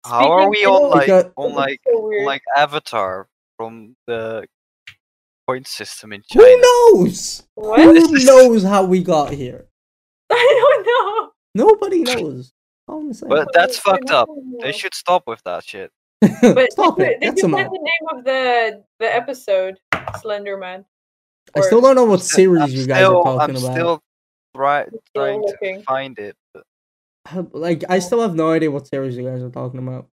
Speaker 3: How are
Speaker 2: speaking
Speaker 3: we
Speaker 2: in
Speaker 3: on
Speaker 2: a-
Speaker 3: like
Speaker 1: Because-
Speaker 3: on like
Speaker 2: so
Speaker 3: on
Speaker 2: weird.
Speaker 3: like Avatar from the point system in China?
Speaker 1: Who knows?
Speaker 2: what?
Speaker 1: Who knows how we got here?
Speaker 2: I don't know.
Speaker 1: Nobody knows. All I'm saying.
Speaker 3: But that's
Speaker 2: I
Speaker 3: fucked up.
Speaker 2: don't
Speaker 3: They
Speaker 2: know.
Speaker 3: should stop with that shit.
Speaker 2: But
Speaker 1: Stop
Speaker 2: they,
Speaker 1: it.
Speaker 2: They
Speaker 1: That's
Speaker 2: just
Speaker 1: a
Speaker 2: had the name of the the episode, Slender Man.
Speaker 1: I still don't know what series
Speaker 3: I'm
Speaker 1: you guys
Speaker 3: still,
Speaker 1: are talking
Speaker 3: I'm
Speaker 1: about.
Speaker 3: still try, trying to
Speaker 2: looking.
Speaker 3: find it. but-
Speaker 1: Like, I still have no idea what series you guys are talking about.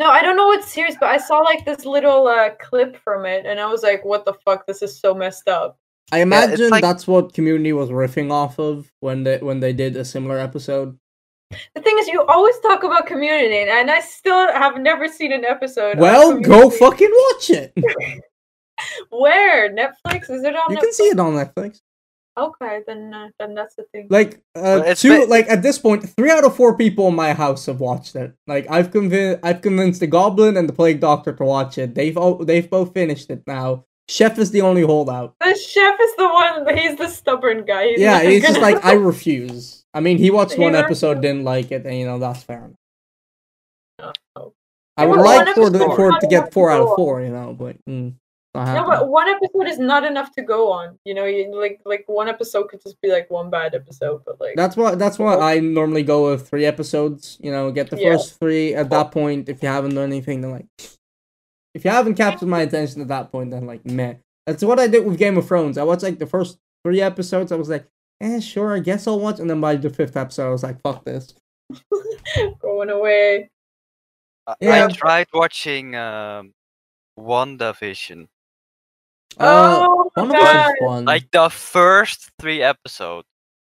Speaker 2: No, I don't know what series, but I saw like this little uh, clip from it, and I was like, "What the fuck? This is so messed up."
Speaker 1: I
Speaker 3: it's
Speaker 1: imagine
Speaker 3: like-
Speaker 1: that's what Community was riffing off of when they when they did a similar episode.
Speaker 2: The thing is, you always talk about Community, and I still have never seen an episode. of
Speaker 1: Well, go
Speaker 2: uh, Community.
Speaker 1: fucking watch it. You
Speaker 2: Where Netflix is it on? Netflix?
Speaker 1: can see it on Netflix.
Speaker 2: Okay, then uh, then that's the thing.
Speaker 1: Like
Speaker 3: Well,
Speaker 1: uh,
Speaker 3: it's
Speaker 1: two,
Speaker 3: ba-
Speaker 1: like at this point, three out of four people in my house have watched it. Like I've convinced, I've convinced the Goblin and the Plague Doctor to watch it. They've all, they've both finished it now. Chef is the only holdout.
Speaker 2: the chef is the one. He's the stubborn guy. He's
Speaker 1: Yeah,
Speaker 2: not
Speaker 1: he's just
Speaker 2: gonna-
Speaker 1: like I refuse. I mean, he watched
Speaker 2: He
Speaker 1: one
Speaker 2: refused.
Speaker 1: episode, didn't like it, and you know that's fair. Enough.
Speaker 2: Oh.
Speaker 1: I
Speaker 2: Yeah,
Speaker 1: would
Speaker 2: but one
Speaker 1: like for the
Speaker 3: episode
Speaker 1: for it
Speaker 2: is
Speaker 1: to
Speaker 2: not
Speaker 1: get
Speaker 2: enough
Speaker 1: four
Speaker 2: to
Speaker 1: out
Speaker 2: go
Speaker 1: of
Speaker 2: on.
Speaker 1: four, you know, but mm, not
Speaker 2: No,
Speaker 1: happening.
Speaker 2: but one episode is not enough to go on. You know, you, like like one episode could just be like one bad episode, but like
Speaker 1: That's why that's why I normally go with three episodes. You know, get the
Speaker 2: Yeah.
Speaker 1: first three at that point. If you haven't done anything, then like, if you haven't captured my attention at that point, then like, meh. That's what I did with Game of Thrones. I watched like the first three episodes. I was like, eh, sure, I guess I'll watch. And then by the fifth episode, I was like, fuck this.
Speaker 2: going away.
Speaker 3: I-
Speaker 1: Yeah.
Speaker 3: I tried watching um, WandaVision.
Speaker 1: Mm-hmm. Uh,
Speaker 2: oh,
Speaker 1: one of
Speaker 2: bad.
Speaker 1: those is fun.
Speaker 3: Like the first three episodes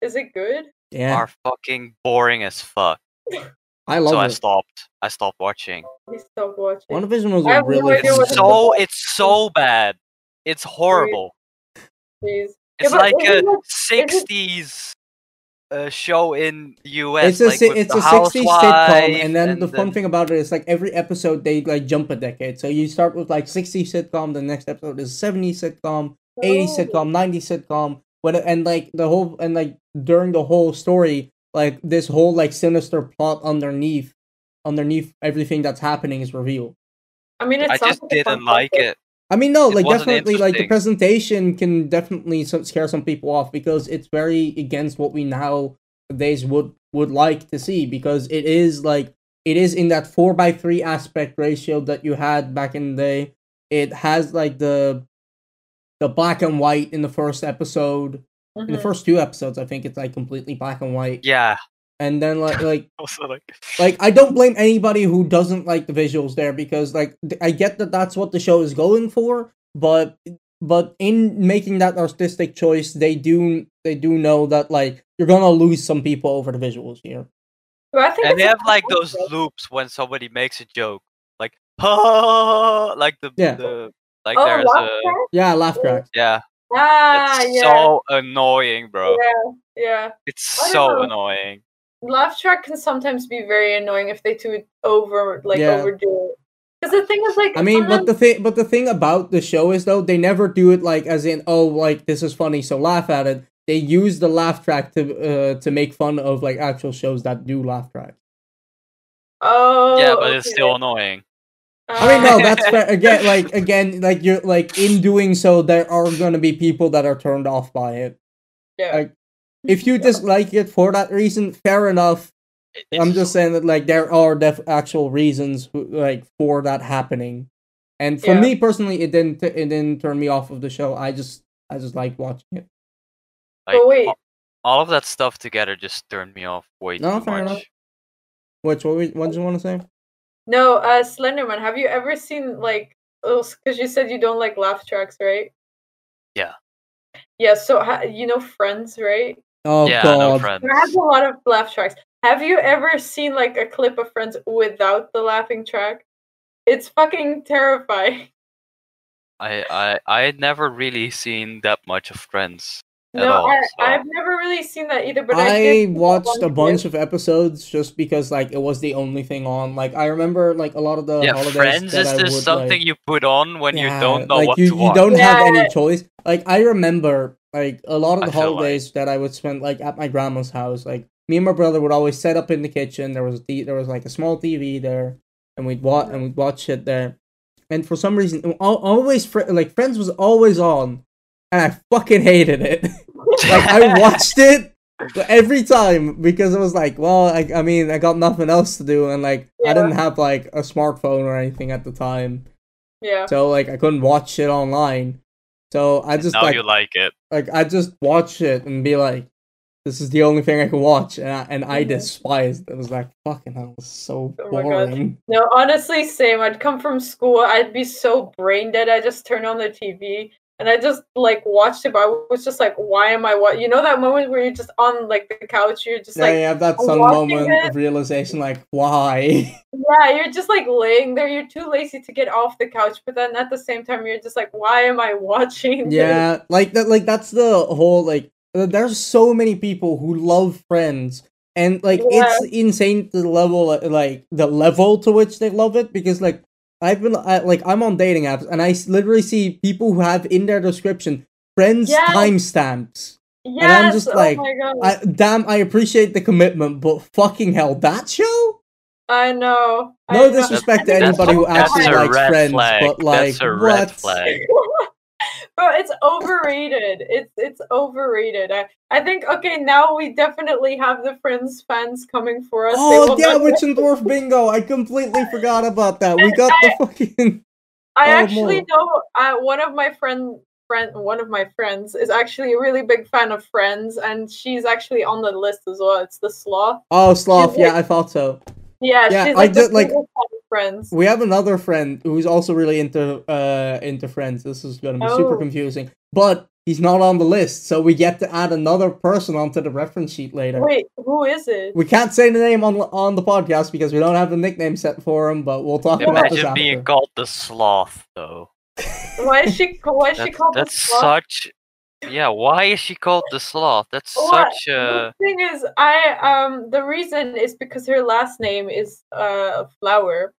Speaker 2: is it good?
Speaker 1: yeah,
Speaker 3: are fucking boring as fuck.
Speaker 1: I love
Speaker 3: so I
Speaker 1: it.
Speaker 3: stopped. I stopped watching.
Speaker 2: Please stop watching.
Speaker 1: One Vision was
Speaker 2: I
Speaker 1: a
Speaker 2: have no
Speaker 1: really
Speaker 2: idea
Speaker 1: fun
Speaker 2: what-
Speaker 3: It's
Speaker 1: show.
Speaker 3: so it's so bad. It's horrible.
Speaker 2: Please. Yeah,
Speaker 3: It's
Speaker 2: but
Speaker 3: like
Speaker 2: isn't
Speaker 3: a
Speaker 2: it-
Speaker 3: sixties uh, show in the
Speaker 1: It's
Speaker 3: US.
Speaker 1: a
Speaker 3: like
Speaker 1: si-
Speaker 3: with
Speaker 1: it's
Speaker 3: the
Speaker 1: a 60s sitcom,
Speaker 3: housewife
Speaker 1: and then the fun
Speaker 3: then-
Speaker 1: thing about it is like every episode they like jump a decade. So you start with like 60s sitcom, the next episode is 70s sitcom, 80s
Speaker 2: No.
Speaker 1: sitcom, 90s sitcom. When and like the whole and like during the whole story, like this whole like sinister plot underneath, underneath everything that's happening is revealed.
Speaker 2: I mean, it
Speaker 3: I
Speaker 2: sounds
Speaker 3: just didn't like it.
Speaker 1: I mean, no,
Speaker 3: It
Speaker 1: like
Speaker 3: wasn't
Speaker 1: definitely, like the
Speaker 3: interesting.
Speaker 1: presentation can definitely some, scare some people off because it's very against what we nowadays would would like to see because it is like it is in that four by three aspect ratio that you had back in the day. It has like the the black and white in the first episode, in the
Speaker 2: Mhm.
Speaker 1: first two episodes. I think it's like completely black and white,
Speaker 3: Yeah.
Speaker 1: and then like like
Speaker 3: Also like
Speaker 1: like i don't blame anybody who doesn't like the visuals there because like th- i get that that's what the show is going for but but in making that artistic choice they do they do know that like you're gonna lose some people over the visuals here
Speaker 2: But I think
Speaker 3: and
Speaker 2: it's
Speaker 3: they
Speaker 2: a
Speaker 3: have like
Speaker 2: good
Speaker 3: those
Speaker 2: concept.
Speaker 3: loops when somebody makes a joke. Like oh, like the
Speaker 1: Yeah.
Speaker 3: the like
Speaker 2: oh,
Speaker 3: there's
Speaker 2: laugh
Speaker 3: a
Speaker 2: track?
Speaker 1: yeah laugh track
Speaker 3: yeah.
Speaker 2: Ah,
Speaker 3: It's
Speaker 2: yeah,
Speaker 3: so annoying, bro.
Speaker 2: yeah, yeah.
Speaker 3: It's
Speaker 2: I don't
Speaker 3: so
Speaker 2: know.
Speaker 3: annoying.
Speaker 2: laugh track can sometimes be very annoying if they do it over like
Speaker 1: Yeah.
Speaker 2: overdo it because the thing is like
Speaker 1: i mean but
Speaker 2: sometimes-
Speaker 1: the thing but the thing about the show is though they never do it like as in oh like this is funny so laugh at it they use the laugh track to uh, to make fun of like actual shows that do laugh track
Speaker 2: oh
Speaker 3: yeah, but it's
Speaker 2: okay.
Speaker 3: still annoying.
Speaker 1: I mean, no,
Speaker 2: Uh,
Speaker 1: that's fair. Again, like again, like you're like in doing so, there are gonna be people that are turned off by it.
Speaker 2: yeah.
Speaker 1: like, If you dislike it for that reason, fair enough.
Speaker 3: It-
Speaker 1: I'm
Speaker 3: it's-
Speaker 1: just saying that like there are def- actual reasons who, like for that happening, and for
Speaker 2: Yeah.
Speaker 1: me personally, it didn't it didn't turn me off of the show. I just I just liked watching it.
Speaker 3: like,
Speaker 2: but wait
Speaker 3: all- all of that stuff together just turned me off way
Speaker 1: No,
Speaker 3: too
Speaker 1: fair
Speaker 3: much.
Speaker 1: enough. Which what, we, what did you want to say?
Speaker 2: no uh slenderman have you ever seen like because you said you don't like laugh tracks right
Speaker 3: Yeah.
Speaker 2: yeah so ha- you know friends right
Speaker 1: Oh
Speaker 3: yeah, no
Speaker 1: god.
Speaker 3: friends.
Speaker 2: There has a lot of laugh tracks. Have you ever seen like a clip of Friends without the laughing track? It's fucking terrifying.
Speaker 3: I, I I had never really seen that much of Friends. At
Speaker 2: No,
Speaker 3: all,
Speaker 2: I,
Speaker 3: so-
Speaker 2: I've never really seen that either. But I,
Speaker 1: I
Speaker 2: did see
Speaker 1: watched a
Speaker 2: one
Speaker 1: bunch
Speaker 2: clip.
Speaker 1: of episodes just because like it was the only thing on. Like I remember like a lot of the
Speaker 3: yeah,
Speaker 1: holidays
Speaker 3: Friends
Speaker 1: that
Speaker 3: is
Speaker 1: I
Speaker 3: just
Speaker 1: would,
Speaker 3: something
Speaker 1: like-
Speaker 3: you put on when you
Speaker 1: Yeah,
Speaker 3: don't know
Speaker 1: like
Speaker 3: what
Speaker 1: you,
Speaker 3: to
Speaker 1: you
Speaker 3: watch.
Speaker 1: don't have
Speaker 2: Yeah.
Speaker 1: any choice. Like I remember like a lot of
Speaker 3: I
Speaker 1: the
Speaker 3: feel like-
Speaker 1: holidays that I would spend like at my grandma's house. Like me and my brother would always set up in the kitchen. There was a t- there was like a small TV there, and we'd watch and we'd watch it there. And for some reason, al- always fr- like Friends was always on, and I fucking hated it. like I watched it every time because it was like, well, I, I mean, I got nothing else to do, and like I
Speaker 2: Yeah.
Speaker 1: didn't have like a smartphone or anything at the time,
Speaker 2: Yeah.
Speaker 1: so like I couldn't watch shit online. So I just
Speaker 3: now
Speaker 1: like
Speaker 3: you like it.
Speaker 1: like I just watch it and be like, this is the only thing I can watch, and I, and I
Speaker 2: Mhm.
Speaker 1: despised. It It was like fucking hell, it's so
Speaker 2: Oh my God.
Speaker 1: boring.
Speaker 2: No, honestly, same. I'd come from school. I'd be so brain dead. I just turn on the TV and I just like watched it. But I was just like, why am I what? You know that moment where you're just on like the couch. You're just
Speaker 1: Yeah,
Speaker 2: like,
Speaker 1: yeah, that
Speaker 2: I'm
Speaker 1: some
Speaker 2: watching
Speaker 1: moment
Speaker 2: it.
Speaker 1: of realization, like why?
Speaker 2: yeah, you're just like laying there. You're too lazy to get off the couch. But then at the same time, you're just like, why am I watching? this?"
Speaker 1: yeah like that like that's the whole like uh, there's so many people who love friends and like it's insane the level uh, like the level to which they love it because like i've been I, like i'm on dating apps and i s- literally see people who have in their description friends
Speaker 2: Yes.
Speaker 1: timestamps
Speaker 2: Yes,
Speaker 1: I'm just
Speaker 2: oh
Speaker 1: like,
Speaker 2: my God.
Speaker 1: I, damn i appreciate the commitment but fucking hell that show
Speaker 2: I, know. I
Speaker 1: no
Speaker 2: know.
Speaker 1: disrespect to
Speaker 2: That's-
Speaker 1: anybody who
Speaker 2: that's
Speaker 1: actually
Speaker 2: a
Speaker 1: likes
Speaker 3: red
Speaker 1: friends
Speaker 3: flag.
Speaker 1: but like
Speaker 3: that's a
Speaker 1: what
Speaker 3: red flag.
Speaker 2: Bro, it's overrated. It's it's overrated. I, I think okay, now we definitely have the Friends fans coming for us. They
Speaker 1: Oh
Speaker 2: will
Speaker 1: yeah,
Speaker 2: not-
Speaker 1: Witch and Dwarf Bingo! I completely forgot about that. We got the fucking
Speaker 2: I
Speaker 1: oh,
Speaker 2: actually know uh, one of my friend friend one of my friends is actually a really big fan of Friends, and she's actually on the list as well. It's the sloth.
Speaker 1: oh sloth.
Speaker 2: She's
Speaker 1: Yeah, I thought so.
Speaker 2: Yeah,
Speaker 1: Yeah,
Speaker 2: she's
Speaker 1: I
Speaker 2: like the
Speaker 1: did, like-
Speaker 2: biggest fan of Friends.
Speaker 1: We have another friend who's also really into uh into Friends. This is gonna be super
Speaker 2: Oh.
Speaker 1: confusing, but he's not on the list, so we get to add another person onto the reference sheet later.
Speaker 2: Wait, who is it?
Speaker 1: We can't say the name on on the podcast because we don't have a nickname set for him, but we'll talk about this
Speaker 3: Imagine
Speaker 1: after.
Speaker 3: being called the sloth, though.
Speaker 2: Why is she why is she
Speaker 3: That's,
Speaker 2: called
Speaker 3: that's
Speaker 2: the sloth?
Speaker 3: such. Yeah, why is she called the sloth? That's
Speaker 2: What?
Speaker 3: such a.
Speaker 2: the thing is, I um the reason is because her last name is uh flower,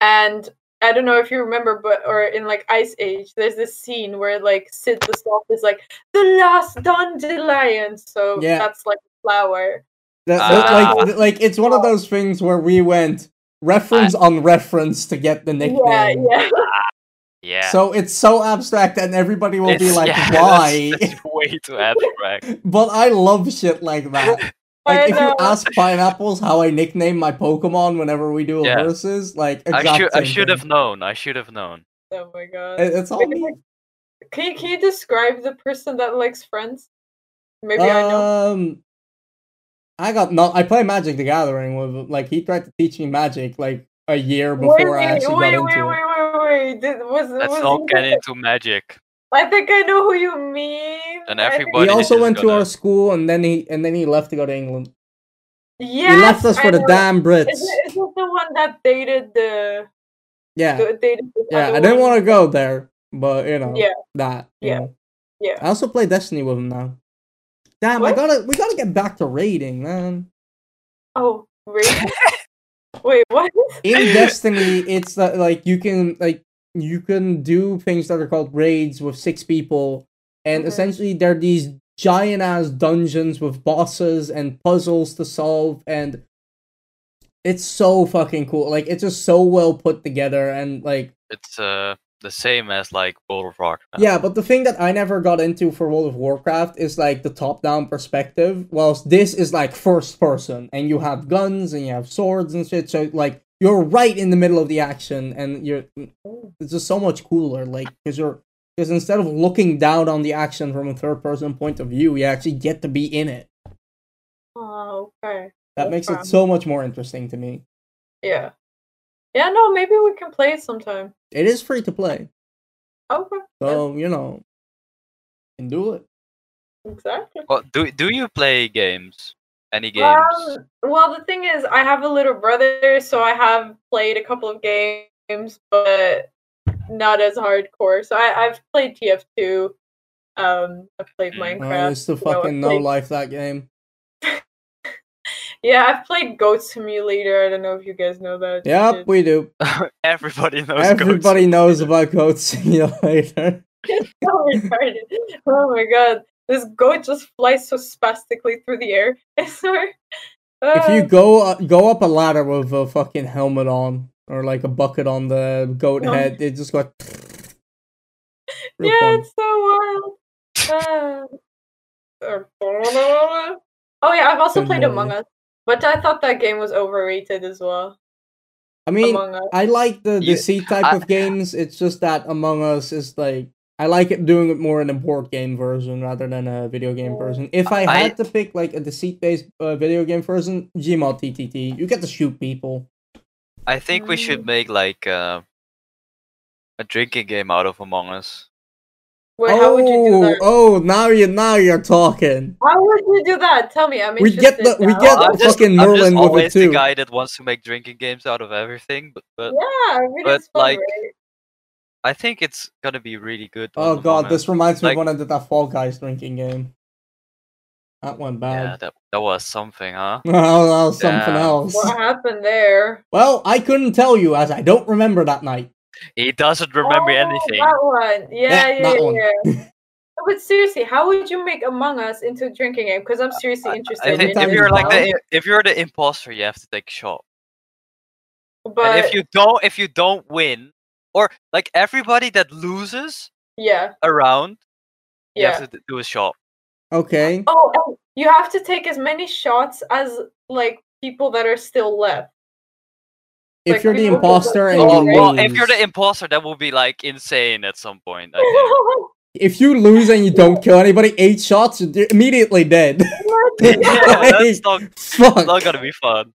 Speaker 2: and I don't know if you remember, but or in like Ice Age, there's this scene where like Sid the Sloth is like the last dandelion, so
Speaker 1: Yeah.
Speaker 2: that's like flower.
Speaker 1: That- that-
Speaker 3: Ah.
Speaker 1: like, like it's one of those things where we went reference on reference to get the nickname.
Speaker 2: Yeah, yeah.
Speaker 3: Yeah.
Speaker 1: So it's so abstract, and everybody will be
Speaker 3: It's-
Speaker 1: like,
Speaker 3: yeah, that's-
Speaker 1: "Why?"
Speaker 3: That's, way too abstract.
Speaker 1: but I love shit like that.
Speaker 2: I
Speaker 1: Like if you
Speaker 2: know.
Speaker 1: ask pineapples how I nickname my Pokemon whenever we do a
Speaker 3: Yeah.
Speaker 1: versus, like exact
Speaker 3: I should I
Speaker 1: same
Speaker 3: should
Speaker 1: thing.
Speaker 3: have known. I should have known.
Speaker 2: Oh my god.
Speaker 1: It- It's all me.
Speaker 2: Can you, can you describe the person that likes friends? Maybe I know.
Speaker 1: Um, I got no. I play Magic the Gathering with like he tried to teach me Magic like a year before I actually
Speaker 2: wait,
Speaker 1: got
Speaker 2: wait,
Speaker 1: into
Speaker 2: wait,
Speaker 1: it.
Speaker 2: wait, wait, Did, was,
Speaker 3: Let's
Speaker 2: was
Speaker 3: not
Speaker 2: he
Speaker 3: get
Speaker 2: the-
Speaker 3: into magic.
Speaker 2: I think I know who you mean.
Speaker 3: And
Speaker 2: I think-
Speaker 3: everybody-
Speaker 1: he
Speaker 3: is
Speaker 1: also
Speaker 3: just
Speaker 1: went to
Speaker 3: gonna-
Speaker 1: our school, and then he and then he left to go to England.
Speaker 2: Yes,
Speaker 1: he left us
Speaker 2: I
Speaker 1: for the
Speaker 2: know.
Speaker 1: damn Brits.
Speaker 2: Is it, is it the one that dated the?
Speaker 1: yeah,
Speaker 2: the dated the
Speaker 1: yeah.
Speaker 2: other
Speaker 1: I didn't
Speaker 2: one?
Speaker 1: want to go there, but you know.
Speaker 2: Yeah,
Speaker 1: that. you
Speaker 2: Yeah.
Speaker 1: know.
Speaker 2: Yeah.
Speaker 1: I also play Destiny with him now. Damn, I
Speaker 2: What?
Speaker 1: gotta we gotta get back to raiding, man.
Speaker 2: oh, really? Wait, what?
Speaker 1: In Destiny, it's that like you can like you can do things that are called raids with six people, and
Speaker 2: Okay.
Speaker 1: essentially they're these giant ass dungeons with bosses and puzzles to solve and it's so fucking cool. Like it's just so well put together and like
Speaker 3: It's uh the same as like World of
Speaker 2: Um,
Speaker 3: Warcraft.
Speaker 1: Yeah, but the thing that I never got into for World of Warcraft is like the top down perspective, whilst this is like first person and you have guns and you have swords and shit. So, like, you're right in the middle of the action and you're it's just so much cooler, like, because you're because instead of looking down on the action from a third person point of view, you actually get to be in it.
Speaker 2: Oh, okay.
Speaker 1: That makes
Speaker 2: Okay.
Speaker 1: it so much more interesting to me.
Speaker 2: Yeah. Yeah. No, maybe we can play it sometime.
Speaker 1: It is free to play,
Speaker 2: Okay.
Speaker 1: so you know, you can do it.
Speaker 2: Exactly.
Speaker 3: Well, do do you play games? Any games?
Speaker 2: Um, well, the thing is, I have a little brother, so I have played a couple of games, but not as hardcore. So I, I've played TF2. Um, I've played
Speaker 3: Mm.
Speaker 1: Oh,
Speaker 2: Minecraft.
Speaker 1: it's the
Speaker 2: you know, I've
Speaker 1: fucking no
Speaker 2: played-
Speaker 1: life that game.
Speaker 2: Yeah, I've played Goat Simulator. I don't know if you guys know that.
Speaker 1: Yep, we do.
Speaker 3: Everybody knows. Ghost.
Speaker 1: Everybody knows about Goat Simulator.
Speaker 2: so retarded. Oh my god. This goat just flies so spastically through the air. I swear.
Speaker 1: If you
Speaker 2: Uh,
Speaker 1: go uh, go up a ladder with a fucking helmet on or like a bucket on the goat
Speaker 2: Oh.
Speaker 1: head, it just got. Real
Speaker 2: yeah,
Speaker 1: fun.
Speaker 2: it's so wild. Uh, or- oh yeah, I've also played Among Us, but I thought that game was overrated as well.
Speaker 1: I mean,
Speaker 2: Among Us.
Speaker 1: I like the the
Speaker 3: You-
Speaker 1: C type
Speaker 3: I-
Speaker 1: of games. It's just that Among Us is like I like it doing it more in a board game version rather than a video game
Speaker 2: Yeah.
Speaker 1: version. If I
Speaker 3: I-
Speaker 1: had to pick like a deceit based uh, video game version, Gmod TTT, you get to shoot people.
Speaker 3: I think we should
Speaker 2: Mm.
Speaker 3: make like uh, a drinking game out of Among Us.
Speaker 2: Wait, how would you do that?
Speaker 1: Oh, now you now you're talking.
Speaker 2: How would you do that? Tell me. I'm
Speaker 1: We get
Speaker 2: interested
Speaker 1: the- we
Speaker 2: now.
Speaker 1: get
Speaker 3: I'm
Speaker 1: the
Speaker 3: just,
Speaker 1: fucking
Speaker 3: I'm just
Speaker 1: Merlin with it
Speaker 3: always
Speaker 1: too.
Speaker 3: the guy that wants to make drinking games out of everything, but, but
Speaker 2: Yeah, I mean,
Speaker 3: but,
Speaker 2: it's fun,
Speaker 3: like,
Speaker 2: right?
Speaker 3: I think it's gonna be really good. on
Speaker 1: Oh
Speaker 3: Among
Speaker 1: god,
Speaker 3: Us.
Speaker 1: this reminds me
Speaker 3: Like-
Speaker 1: of when I did that Fall Guys drinking game. That went
Speaker 3: Yeah,
Speaker 1: bad.
Speaker 3: that that was something, huh?
Speaker 1: Oh, that was something
Speaker 3: Damn.
Speaker 1: else.
Speaker 2: What happened there?
Speaker 1: Well, I couldn't tell you as I don't remember that night.
Speaker 3: He doesn't remember
Speaker 2: Oh,
Speaker 3: anything.
Speaker 2: That
Speaker 3: Eh,
Speaker 2: one. Yeah,
Speaker 1: Yeah,
Speaker 2: yeah,
Speaker 1: that
Speaker 2: yeah.
Speaker 1: one.
Speaker 2: yeah. No, but seriously, how would you make Among Us into a drinking game? Because I'm seriously interested.
Speaker 3: I think
Speaker 1: Sometimes
Speaker 3: if
Speaker 2: in
Speaker 3: you're
Speaker 1: it's
Speaker 3: like
Speaker 1: bad.
Speaker 3: the if you're the imposter, you have to take a shot.
Speaker 2: but
Speaker 3: And if you don't, if you don't win, or like everybody that loses
Speaker 2: yeah,
Speaker 3: around, you
Speaker 2: yeah.
Speaker 3: have to d- do a shot.
Speaker 1: Okay.
Speaker 2: Oh, and you have to take as many shots as like people that are still left.
Speaker 1: If
Speaker 2: Like,
Speaker 1: you're the
Speaker 2: people who don't
Speaker 1: imposter and
Speaker 2: know,
Speaker 1: you
Speaker 3: Oh,
Speaker 2: right?
Speaker 3: well, if you're
Speaker 1: lose-
Speaker 3: the imposter, that will be like insane at some point. I think.
Speaker 1: if you lose and you don't kill anybody, eight shots, you're immediately dead.
Speaker 3: yeah, that's not,
Speaker 1: Fuck.
Speaker 3: not gonna be fun.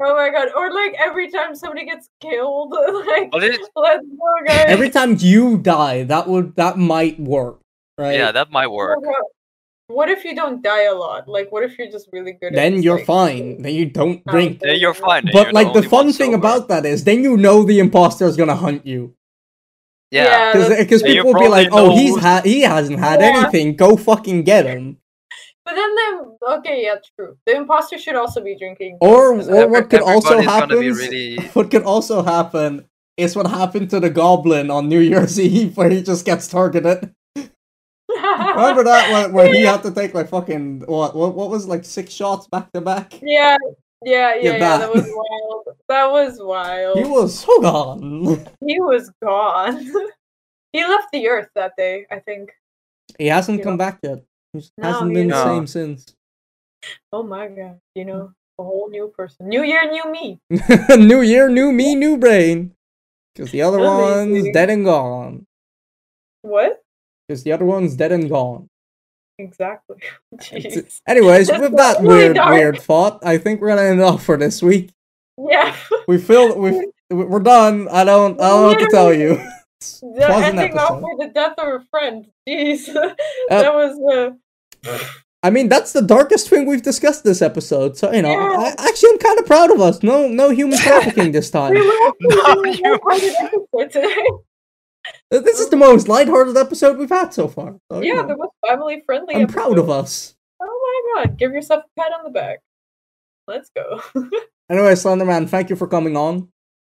Speaker 2: oh my god! Or like every time somebody gets killed, like
Speaker 3: But it,
Speaker 2: let's go, guys.
Speaker 1: Every time you die, that would that might work, right?
Speaker 3: yeah, that might
Speaker 2: Oh my
Speaker 3: work.
Speaker 2: God. What if you don't die a lot? Like, what if you're just really good? at
Speaker 1: then
Speaker 2: just,
Speaker 1: you're
Speaker 2: like,
Speaker 1: fine. Then you don't
Speaker 2: Um,
Speaker 1: drink.
Speaker 3: Then you're fine. then you're
Speaker 1: But like the
Speaker 3: only one
Speaker 1: fun thing
Speaker 3: sober.
Speaker 1: about that is, then you know the imposter is gonna hunt you
Speaker 3: yeah,
Speaker 2: that's-
Speaker 1: because
Speaker 3: Yeah, you
Speaker 1: people will be like,
Speaker 3: probably
Speaker 1: "Oh,
Speaker 3: know
Speaker 1: he's
Speaker 3: who's-
Speaker 1: ha- he hasn't had
Speaker 2: Yeah.
Speaker 1: anything. Go fucking get him."
Speaker 2: But then the okay, yeah, true. The imposter should also be drinking.
Speaker 1: Or
Speaker 2: beers,
Speaker 1: or
Speaker 2: and-
Speaker 3: Every-
Speaker 1: what could also
Speaker 3: everybody's gonna
Speaker 1: happen?
Speaker 3: be really-
Speaker 1: What could also happen is what happened to the goblin on New Year's Eve, where he just gets targeted. Remember that one where he had to take like fucking what what, what was it, like six shots back to back?
Speaker 2: Yeah, yeah, yeah, yeah.
Speaker 1: that.
Speaker 2: That. was wild. That was wild.
Speaker 1: He was so gone.
Speaker 2: He was gone. he left the earth that day, I think.
Speaker 1: He hasn't
Speaker 2: Yeah.
Speaker 1: come back yet. He
Speaker 2: No,
Speaker 1: hasn't
Speaker 2: he
Speaker 1: been the
Speaker 3: hasn't.
Speaker 1: same since.
Speaker 2: Oh my god, you know, a whole new person. New year, new me.
Speaker 1: new year, new me, new brain. Because the other one's
Speaker 2: Amazing.
Speaker 1: dead and gone.
Speaker 2: What?
Speaker 1: Because the other one's dead and gone.
Speaker 2: Exactly.
Speaker 1: It's-
Speaker 2: Jeez.
Speaker 1: Anyways,
Speaker 2: That's
Speaker 1: with that
Speaker 2: really
Speaker 1: weird,
Speaker 2: dark.
Speaker 1: weird thought, I think we're gonna end off for this week.
Speaker 2: Yeah.
Speaker 1: We filled. We we're done. I don't. I don't know what to tell you.
Speaker 2: The
Speaker 1: was an
Speaker 2: ending off
Speaker 1: episode.
Speaker 2: with the death of a friend. Jeez. that was uh,
Speaker 1: I mean, that's the darkest thing we've discussed this episode. So you know,
Speaker 2: Yeah.
Speaker 1: I, actually, I'm kind of proud of us. No, no human trafficking this time.
Speaker 2: we were actually
Speaker 3: No,
Speaker 2: doing a
Speaker 3: you-
Speaker 2: lighthearted episode today.
Speaker 1: This is the most lighthearted episode we've had so far. So, you
Speaker 2: Yeah,
Speaker 1: know,
Speaker 2: the most family friendly.
Speaker 1: Oh, I'm proud of us.
Speaker 2: Oh my god, give yourself a pat on the back. Let's go.
Speaker 1: Anyway, Slenderman, thank you for coming on.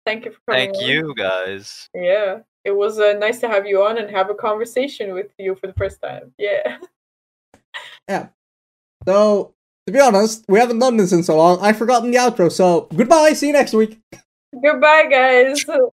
Speaker 2: Thank you for coming.
Speaker 3: Thank
Speaker 2: on.
Speaker 3: you guys.
Speaker 2: Yeah, it was uh, nice to have you on and have a conversation with you for the first time. Yeah.
Speaker 1: So, to be honest, we haven't done this in so long. I've forgotten the outro. So, goodbye. See you next week.
Speaker 2: Goodbye, guys.